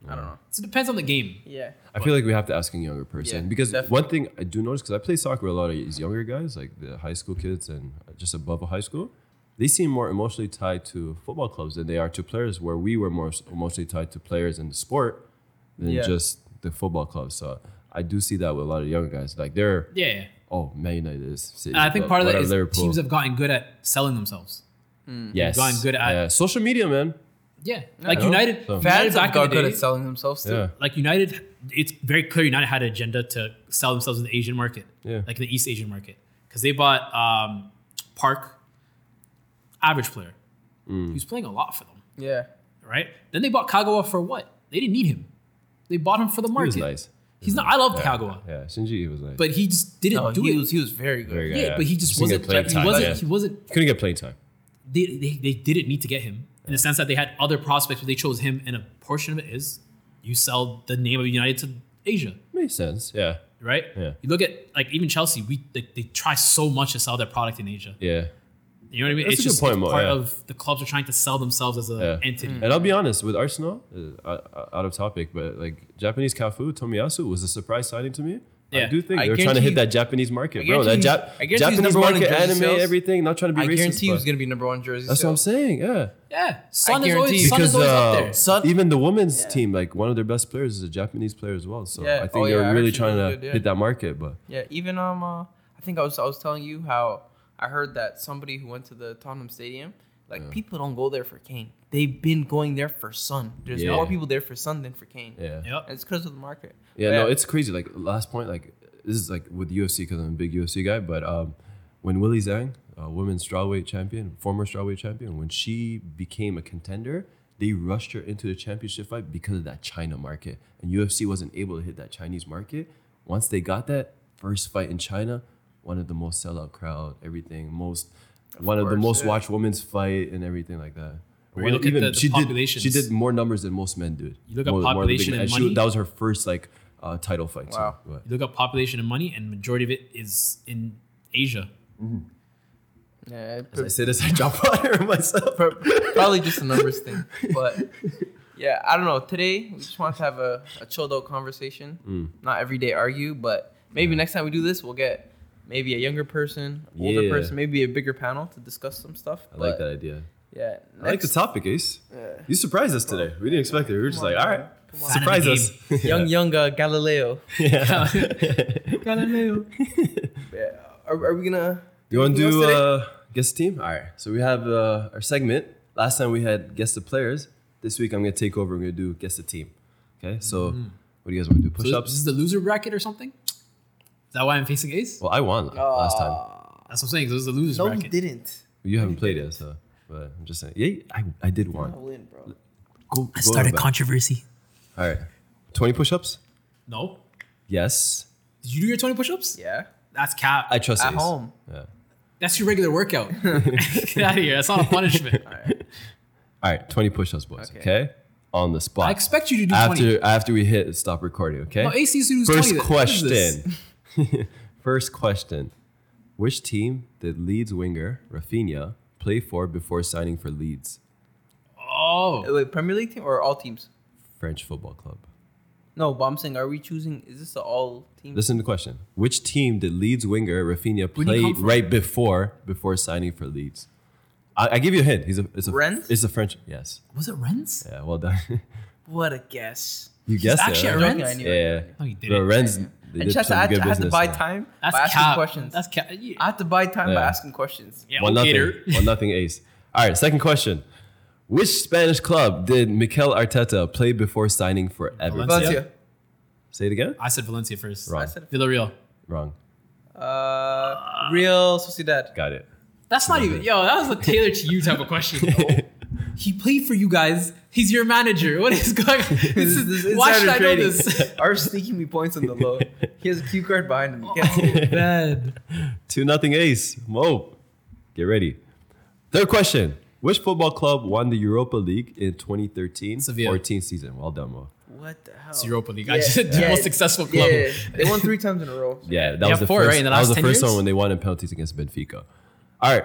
A: I don't know.
C: So it depends on the game.
A: Yeah.
B: I feel like we have to ask a younger person
A: Yeah,
B: because
A: definitely.
B: one thing I do notice because I play soccer with a lot of these younger guys, like the high school kids and just above a high school, they seem more emotionally tied to football clubs than they are to players. Where we were more s- emotionally tied to players and the sport than
A: Yeah.
B: just the football club. So I do see that with a lot of younger guys. Like they're
C: Yeah.
B: oh Man United is, City,
C: And I think
B: but
C: part of that
B: whatever,
C: is teams have gotten good at selling themselves.
B: yes,
C: gotten good at-
B: Yeah, social media, man.
C: Yeah. Like
B: Yeah.
C: United,
B: So-
C: United
A: Fans
C: back
A: have
C: in
A: got
C: the
A: good
C: day-
A: at selling themselves too.
B: Yeah,
C: like United, it's very clear United had an agenda to sell themselves in the Asian market,
B: Yeah.
C: like in the East Asian market, because they bought um, Park, average player,
B: Mm.
C: he was playing a lot for them,
A: Yeah.
C: right? Then they bought Kagawa for what? They didn't need him. They bought him for the
B: he
C: market.
B: was nice.
C: He's not. I love
B: Yeah,
C: Kagawa,
B: Yeah, Shinji was nice,
C: but he just didn't
A: No,
C: do
A: he
C: it.
A: was he was very good.
B: Very good.
C: yeah,
B: Yeah,
C: but he
B: he
C: just
B: just didn't get
C: wasn't.
B: playing
C: Like, he
B: time,
C: wasn't.
B: yeah.
C: He wasn't.
B: couldn't get playing time.
C: They, they, they didn't need to get him in the sense that they had other prospects, but they chose him. And a portion of it is you sell the name of United to Asia.
B: Makes sense. Yeah,
C: right?
B: Yeah.
C: You look at like even Chelsea, we like they try so much to sell their product in Asia.
B: yeah.
C: You know what I mean?
B: That's
C: it's
B: a good
C: just
B: point,
C: it's
B: Mo,
C: part
B: yeah.
C: of the clubs are trying to sell themselves as an
B: Yeah.
C: entity.
A: Mm.
B: And I'll be honest with Arsenal, uh, out- out of topic, but like Japanese Kafu Tomiyasu was a surprise signing to me. I
C: Yeah.
B: do think
A: I
B: they're trying to
A: guarantee-
B: hit that Japanese market,
A: I
B: bro. That
A: guarantee he's-
B: Jap-
A: I guarantee he's
B: Japanese
A: number one in
B: market,
A: jersey
B: anime,
A: sales.
B: everything. Not trying to be
A: I
B: racist.
A: guarantee he
B: but
A: was gonna be number one jersey.
B: that's what I'm
A: sales.
B: saying. Yeah,
C: Yeah, Son is
A: guarantee
C: always
A: you.
C: Son is
B: because
C: always up
B: uh,
C: there.
A: Son-
B: even the women's
A: Yeah.
B: team, like one of their best players, is a Japanese player as well. So
A: Yeah.
B: I think
A: Oh,
B: they were
A: yeah,
B: really
A: Arsenal's
B: trying to
A: good, yeah.
B: hit that market. But
A: Yeah, even um, uh, I think I was I was telling you how I heard that somebody who went to the Tottenham Stadium, like people don't go there for Kane. They've been going there for Son. There's
B: Yeah.
A: more people there for Son than for Kane.
B: yeah, yeah,
A: And it's because of the market.
B: no, it's crazy. Like last point, like this is like with UFC because I'm a big UFC guy, but um, when Willie Zhang, a women's strawweight champion, former strawweight champion, when she became a contender, they rushed her into the championship fight because of that China market. And UFC wasn't able to hit that Chinese market. Once they got that first fight in China, one of the most sellout crowd, everything, most one of the
A: course,
B: most
A: yeah.
B: watched women's fight and everything like that.
C: Or you
B: One-
C: look at the- the
B: she did
C: populations.
B: she did more numbers than most men do.
C: You look at
B: More- more than big
C: population
B: men.
C: and
B: she-
C: money.
B: that was her first like uh, title fight. so,
A: Wow.
B: but-
C: You look up population and money, and majority of it is in Asia.
A: Yeah, it
B: As I said as I drop water myself.
A: pro- probably just a numbers thing. But yeah, I don't know. Today we just want to have a, a chilled out conversation.
B: Mm.
A: Not every day argue, but maybe next time we do this, we'll get maybe a younger person, older
B: Yeah.
A: person, maybe a bigger panel to discuss some stuff.
B: I like
A: but,
B: that idea.
A: Yeah, next,
B: I like the topic, Ace. You surprised us today. We didn't expect it. We were just
A: Come on,
B: like, all right,
A: come on.
B: surprise
C: Fan
B: us.
C: of
A: young young uh, Galileo.
B: Yeah.
A: Yeah. Are, are we gonna?
B: you want to
A: Anything
B: do
A: else
B: uh, guess the team? All right. So we have uh, our segment. Last time we had guess the players. This week I'm gonna take over. I'm gonna do guess the team. Okay. So what do you guys want to do?
C: So
B: Push
C: this, this
B: ups.
C: is the loser bracket or something. Is that why I'm facing Ace?
B: Well, I won last time.
C: That's what I'm saying. 'cause This is the loser
A: uh, No, you
C: bracket.
A: didn't.
B: You haven't played it, so. But I'm just saying. Yeah, I, I did
A: I
B: one.
A: win, bro.
B: Go, go back.
C: controversy.
B: All right. 20 push ups.
C: No.
B: Yes.
C: Did you do your 20 push-ups?
A: Yeah.
C: That's cap.
B: I trust
A: At
B: Ace.
A: home.
B: Yeah.
C: That's your regular workout. Get out of here. That's not a punishment.
B: All right, 20 push-ups, boys. Okay.
A: Okay.
B: On the spot.
C: I expect you to do
B: after
C: 20.
B: after we hit stop recording, okay?
C: No, AC used to do 20.
B: First
C: What is this?
B: question. First question. Which team did Leeds winger Rafinha play for before signing for Leeds
A: Uh,
C: Oh.
A: Wait, Premier League team or all teams?
B: French Football Club?
A: No, but I'm saying, are we choosing? Is this the all teams?
B: Listen to the question. Which team did Leeds winger Rafinha
C: Where'd he
B: play
C: come from?
B: right before before signing for Leeds? I, I give you a hint. He's a it's a
A: Rennes?
B: It's a French. Yes.
C: Was it Renz?
B: Yeah. Well done.
A: what a guess.
B: you guessed it.
C: actually
B: right?
C: a Rennes?
A: Joking, I knew it.
B: Yeah.
C: No, you didn't.
B: But Rennes. they
A: I
B: did
A: just had to,
B: some
A: I had
B: good
A: to, I had to
B: business
A: buy
B: there.
A: time
C: That's
A: by asking
C: cap.
A: questions.
C: That's cap. Yeah.
A: I had to buy time by
B: Yeah.
A: asking questions.
C: yeah
B: One
C: okay,
B: nothing.
C: dude.
B: One nothing ace. All right, second question. Which Spanish club did Mikel Arteta play before signing for Everton?
C: Valencia.
A: Valencia.
B: Say it again?
C: I said Valencia first.
B: Wrong.
A: I said,
C: Villarreal.
B: Wrong.
A: uh, Real Sociedad.
B: Got it.
C: That's not even. Yo, that was a tailor to you type of question. he played for you guys. He's your manager. What is going? This is, why should
A: insider
C: I know
A: trading.
C: this?
A: Ar's sneaking me points on the low. He has a cue card behind him. You can't see it.
C: oh, bad.
B: Two nothing ace. Mo, get ready. Third question. Which football club won the Europa League in 2013
C: Sevilla.
B: 14 season? Well done, Mo.
A: What the hell?
C: It's Europa League. I just said the most successful
A: yeah,
C: club.
A: yeah. They won three times in a row.
B: Yeah, that
C: They
B: was
C: have
B: the
C: four,
B: first,
C: right, in the
B: that was
C: last
B: the
C: 10
B: first
C: years?
B: one when they won in penalties against Benfica. All right,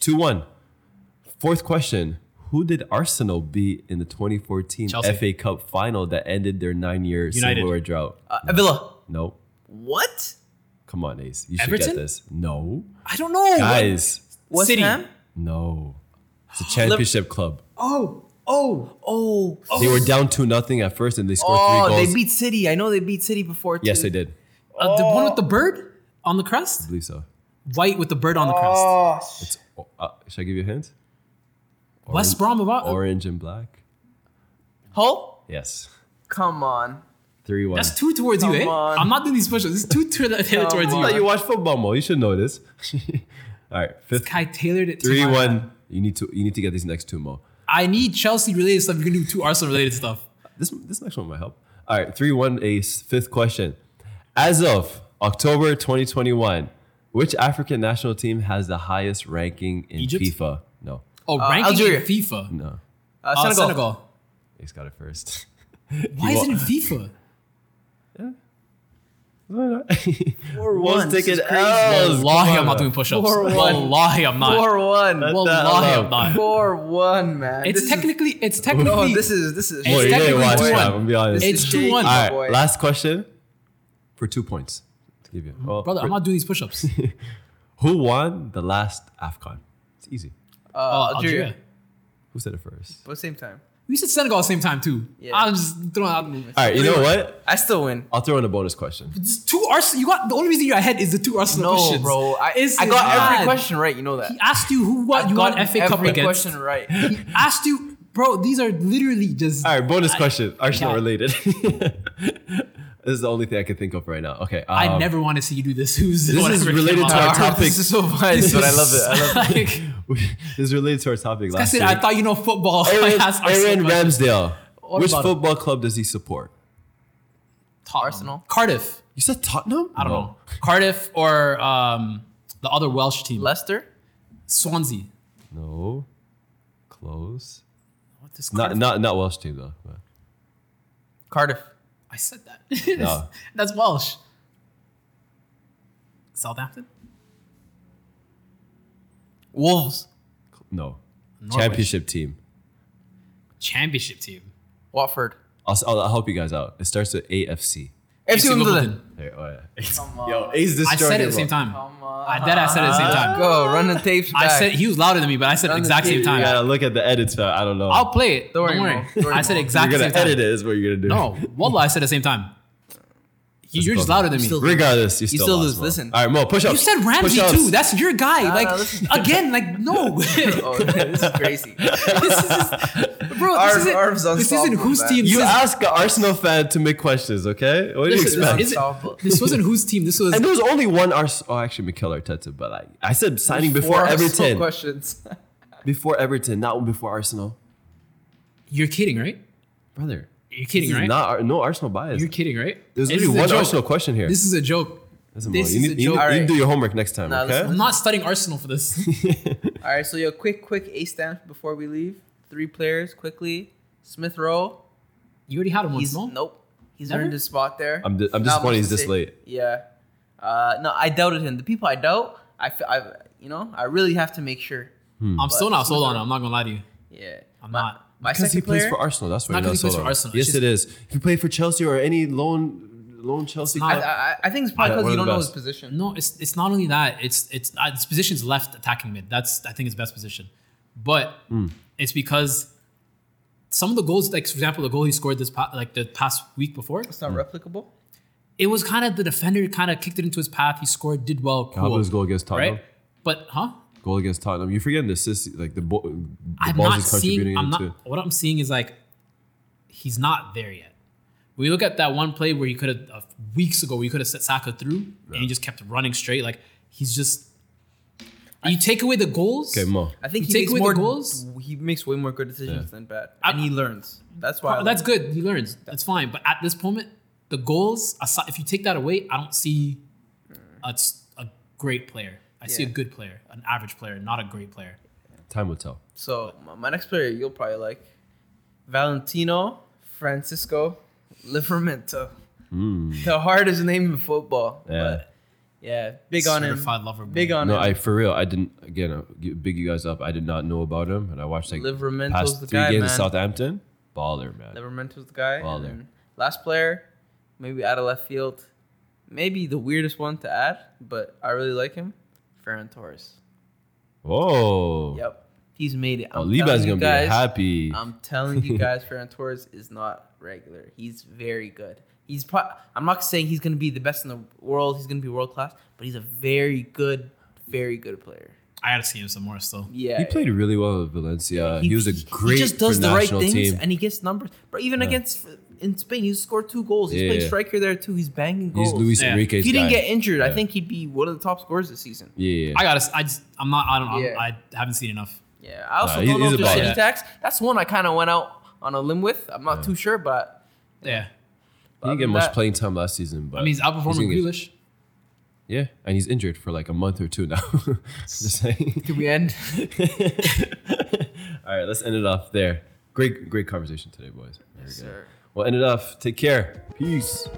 B: 2 1. Fourth question Who did Arsenal beat in the 2014
C: Chelsea.
B: FA Cup final that ended their nine year
C: United.
B: silverware drought?
A: Uh, Villa.
B: Nope.
A: What?
B: Come on, Ace. You should get
C: Everton?
B: this. No.
C: I don't know.
B: Guys,
A: West
C: City.
A: Ham?
B: no. It's a championship club.
C: Oh, oh,
A: Oh. Oh,
B: They were down 2 nothing at first and they scored three
A: they
B: goals.
A: beat City. I know they beat City before.
B: yes,
A: too.
B: they did.
C: Uh, the one with the
A: Oh.
C: bird on the crest.
B: I believe so.
C: White with the bird on the crest.
A: Oh,
B: It's, uh, should I give you a hint?
C: West Brom about.
B: Orange and black?
A: Hull?
B: Yes.
A: Come on.
B: 3 1.
C: That's two towards you, eh?
A: Come on.
C: I'm not doing these push-ups. This is two to the tailor towards
A: Come
C: you.
A: on.
B: But you watch football more. You should know this. All right,
C: This
B: fifth,
C: guy tailored it. to
B: three,
C: my-
B: one. You need to you need to get these next two more.
C: I need Chelsea related stuff. You can do two Arsenal related stuff.
B: This this next one might help. All right, three, one, ace. Fifth question. As of October 2021, which African national team has the highest ranking in
C: Egypt?
B: FIFA? No,
C: Oh,
A: Uh,
C: ranking
A: Algeria.
C: in FIFA.
B: no,
A: Uh,
C: Uh,
A: Senegal.
C: Senegal.
B: Ace got it first.
C: Why is it in FIFA?
A: Four
B: We'll
A: one.
B: take
A: This
B: an
A: is crazy.
B: L.
C: Wallahi, I'm not doing push-ups.
A: Four one.
C: Wallahi, I'm not.
A: Four one.
B: the
C: Wallahi,
B: hell
C: I'm not.
A: Four one, man.
C: It's
A: This is- Oh,
C: technically, it's
A: No,
C: technically.
A: this is this is.
B: Boy, you
C: technically
B: didn't watch
C: two-one.
B: that. I'm gonna be honest.
C: It's
A: is
C: two
A: shaky,
C: one.
A: my
B: All
A: boy.
B: right, last question for two points to give you. Well,
C: brother,
B: for-
C: I'm not doing these
A: Uh,
C: push-ups.
B: Who won the last AFCON? It's easy.
A: Uh,
C: Uh,
A: Algeria.
C: Algeria.
B: Who said it first?
A: But same time,
C: We said Senegal at the same time too.
A: Yeah.
C: I'm just throwing out.
B: All right, you know what?
A: I still win.
B: I'll throw in a bonus question.
C: It's two Arsenal. You got the only reason you're ahead is the two Arsenal
A: No,
C: questions.
A: bro. I,
C: Is
A: I
C: it
A: got every
C: bad?
A: question right. You know that.
C: He asked you who what
A: I
C: you won
A: got
C: FA Cup
A: every
C: against.
A: question right.
C: He asked you, bro. These are literally just.
B: All right, bonus
C: I-
B: question. Arsenal
C: God.
B: related. This is the only thing I can think of right now. Okay.
C: I
B: um,
C: never want to see you do this. Who's
B: This is related to our topic.
A: This is so fun,
C: This
A: but I
C: is-
A: love it. I love it.
C: like,
B: this is related to our topic
C: I
B: last
C: said,
B: year.
C: I thought you know football. I
B: Aaron,
C: asked myself
B: Aaron
C: about it.
B: Ramsdale.
C: What
B: Which
C: about him?
B: football club does he support?
C: Tottenham.
A: Arsenal.
C: Cardiff.
B: You said Tottenham?
C: I don't know. Cardiff or um, the other Welsh team.
A: Leicester.
C: Swansea.
B: know. No. Close.
C: What is
B: Not
C: Cardiff?
B: not not Welsh team though. but-
A: Cardiff.
C: I said that.
B: No.
C: That's Welsh. Southampton?
A: Wolves.
B: No.
C: Norwich.
B: Championship team.
C: Championship team.
A: Watford.
B: I'll, I'll, I'll help you guys out. It starts with AFC.
A: FC Wimbledon.
C: Wimbledon.
B: There, oh, yeah.
A: Come on.
B: Yo, Ace
C: I
B: destroyed
C: said it at the
B: everyone.
C: same time.
A: Come on.
C: I did. I said it at the same time.
A: Go run the tapes back.
C: I said he was louder than me, but I said
A: Run the
C: exact same
A: tape.
B: You
C: time.
B: gotta look at the edits. fam. I don't know.
C: I'll play it. Don't,
A: Don't worry,
C: worry.
A: Mo. Don't worry,
C: I said
A: Mo.
B: You're
C: exactly the
B: gonna
C: same time.
B: edit it. Is what you're gonna do.
C: No, Wallah, I said the same time. You,
B: That's
C: you're just
B: bugging.
C: louder than me.
A: Still-
B: Regardless, you still,
A: still
B: lost,
A: lose.
B: Mo.
A: Listen.
B: All right, Mo, push up.
C: you said Ramsey too. That's your guy. like
A: no, this is-
C: again, like no.
A: Oh, this is crazy.
C: this is just, bro.
A: Our-
C: this
A: ours is
C: isn't, this isn't
A: unsolvable,
C: whose
A: man.
C: team.
B: you
C: this,
B: ask an Arsenal fan to make questions, okay? What do you
C: Listen,
B: expect?
C: is it-
A: Unsolvable.
C: this wasn't whose team. This was
B: and there was only one Arsenal. Oh, actually, Mikel Arteta, but I, I said signing before
A: Four
B: Everton.
A: Questions.
B: Before Everton, not one before Arsenal.
C: you're kidding, right?
B: Brother.
C: You're
B: This
C: kidding,
B: is
C: right?
B: not Ar- no Arsenal bias.
C: you're kidding, right?
B: There's
C: This
B: only
C: is a
B: one
C: joke.
B: Arsenal question here.
C: This is a joke.
B: Listen, Mo,
C: this
B: you
C: is
B: need,
C: a
B: you
C: joke.
B: need- you need to do
A: Alright.
B: your homework next time,
A: Nah,
B: okay?
A: listen.
C: I'm not studying Arsenal for this.
A: All right, so yo, quick, quick A stamp before we leave. Three players quickly. Smith Rowe.
C: You already had him once,
A: He's
C: no?
A: nope. He's
C: Never?
A: earned his spot there.
B: I'm di- I'm
A: Not
B: disappointed
A: much
B: he's
A: to
B: this
A: say.
B: late.
A: Yeah. Uh, no, I doubted him. The people I doubt, I, fe- I, you know, I really have to make sure.
B: Hmm.
C: I'm still not sold
A: Smith
C: on him. I'm not gonna lie to you.
A: Yeah.
C: I'm
A: my,
C: not.
A: My
B: Because
A: second
B: he plays
A: player-
B: for Arsenal. That's why
C: Not
B: you're not
C: because he plays
B: sold
C: for
B: on him.
C: Arsenal,
B: Yes,
C: it's just-
B: it is. If you play for Chelsea or any loan loan Chelsea,
C: not-
A: I, I, I think it's probably
B: I-
A: because
B: one of
A: you
B: the
A: don't know his
B: best.
A: position.
C: No, it's it's not only that. It's it's uh, his position's left attacking mid. That's I think his best position, but
B: Hmm.
C: it's because some of the goals, like for example, the goal he scored this pa- like the past week before,
A: It's not
B: Mm.
A: replicable.
C: it was kind of the defender kind of kicked it into his path. He scored, did well,
B: how about
C: cool,
B: his goal against Tottenham?
C: right? But huh?
B: Goal against Tottenham. You forget the assist, like the, bo- the
C: I'm
B: balls
C: not
B: he's
C: seeing.
B: contributing
C: I'm
B: into.
C: not. What I'm seeing is like he's not there yet. When you look at that one play where you could have uh, weeks ago, where you could have set Saka through, and he just kept running straight. Like he's just. You take away the goals.
B: Okay, Mo.
A: I think
C: You
A: he
C: take
A: makes
C: away the
A: more
C: goals?
A: He makes way more good decisions
B: Yeah.
A: than bad,
C: I-
A: and he learns. That's why. I
C: Pro-
A: like
C: that's good. He learns. That's fine. But at this moment, the goals. asi- If you take that away, I don't see a, s- a great player. I see a
A: Yeah.
C: good player, an average player, not a great player.
B: Time will tell.
A: So my- my next player you'll probably like Valentino Francisco Livermento.
B: Hmm.
A: The hardest name in football.
B: Yeah.
A: But yeah, big on him.
C: Certified lover. boy.
A: Big on
B: No,
A: him.
B: I for real. I didn't. Again, uh, g- big you guys up. I did not know about him, and I watched like
A: Livermento's
B: past
A: the
B: three
A: guy,
B: games
A: man.
B: of Southampton. Baller, man.
A: Livermento's the guy.
B: Baller.
A: And then last player, maybe out of left field. Maybe the weirdest one to add, but I really like him. Ferran Torres.
B: Whoa.
A: Yep. He's made it.
B: Oh,
A: I'm
B: Levi's
A: telling you
B: Oh. gonna
A: guys,
B: be happy.
A: I'm telling you guys, Ferran Torres is not regular. He's very good. He's pro- I'm not saying he's gonna be the best in the world. He's gonna be world class, but he's a very good, very good player.
C: I gotta see him some more still.
A: Yeah,
B: he played really well with Valencia. He, was a great.
A: He just does
B: for
A: the right
B: national
A: things,
B: team.
A: and he gets numbers. But even against in Spain, he scored two goals. He's
B: Yeah,
A: playing
B: yeah.
A: striker there too. He's banging goals.
B: He's Luis
C: Yeah.
B: Enrique's
A: if he didn't
B: guy.
A: get injured, I
B: Yeah.
A: think he'd be one of the top scorers this season.
B: yeah, yeah, yeah.
C: I gotta. s- I just. I'm not. I don't. I'm-
A: Yeah.
C: I haven't seen enough.
A: Yeah, I also
B: he-
A: don't know
B: he's
A: if
B: a
A: there's
B: baller.
A: any tax. That's one I kind of went out on a limb with. I'm not too sure, but
C: Yeah.
B: He didn't
A: Other
B: get
A: than
B: much
A: that-
B: playing time last season, but
C: I mean, he's outperforming
B: gonna get-
C: Grealish.
B: yeah, and he's injured for like a month or two now. Just saying.
A: did we end?
B: All right, let's end it off there. Great, great conversation today, boys. Very good.
A: Sir.
B: We'll end it off. Take care. Peace.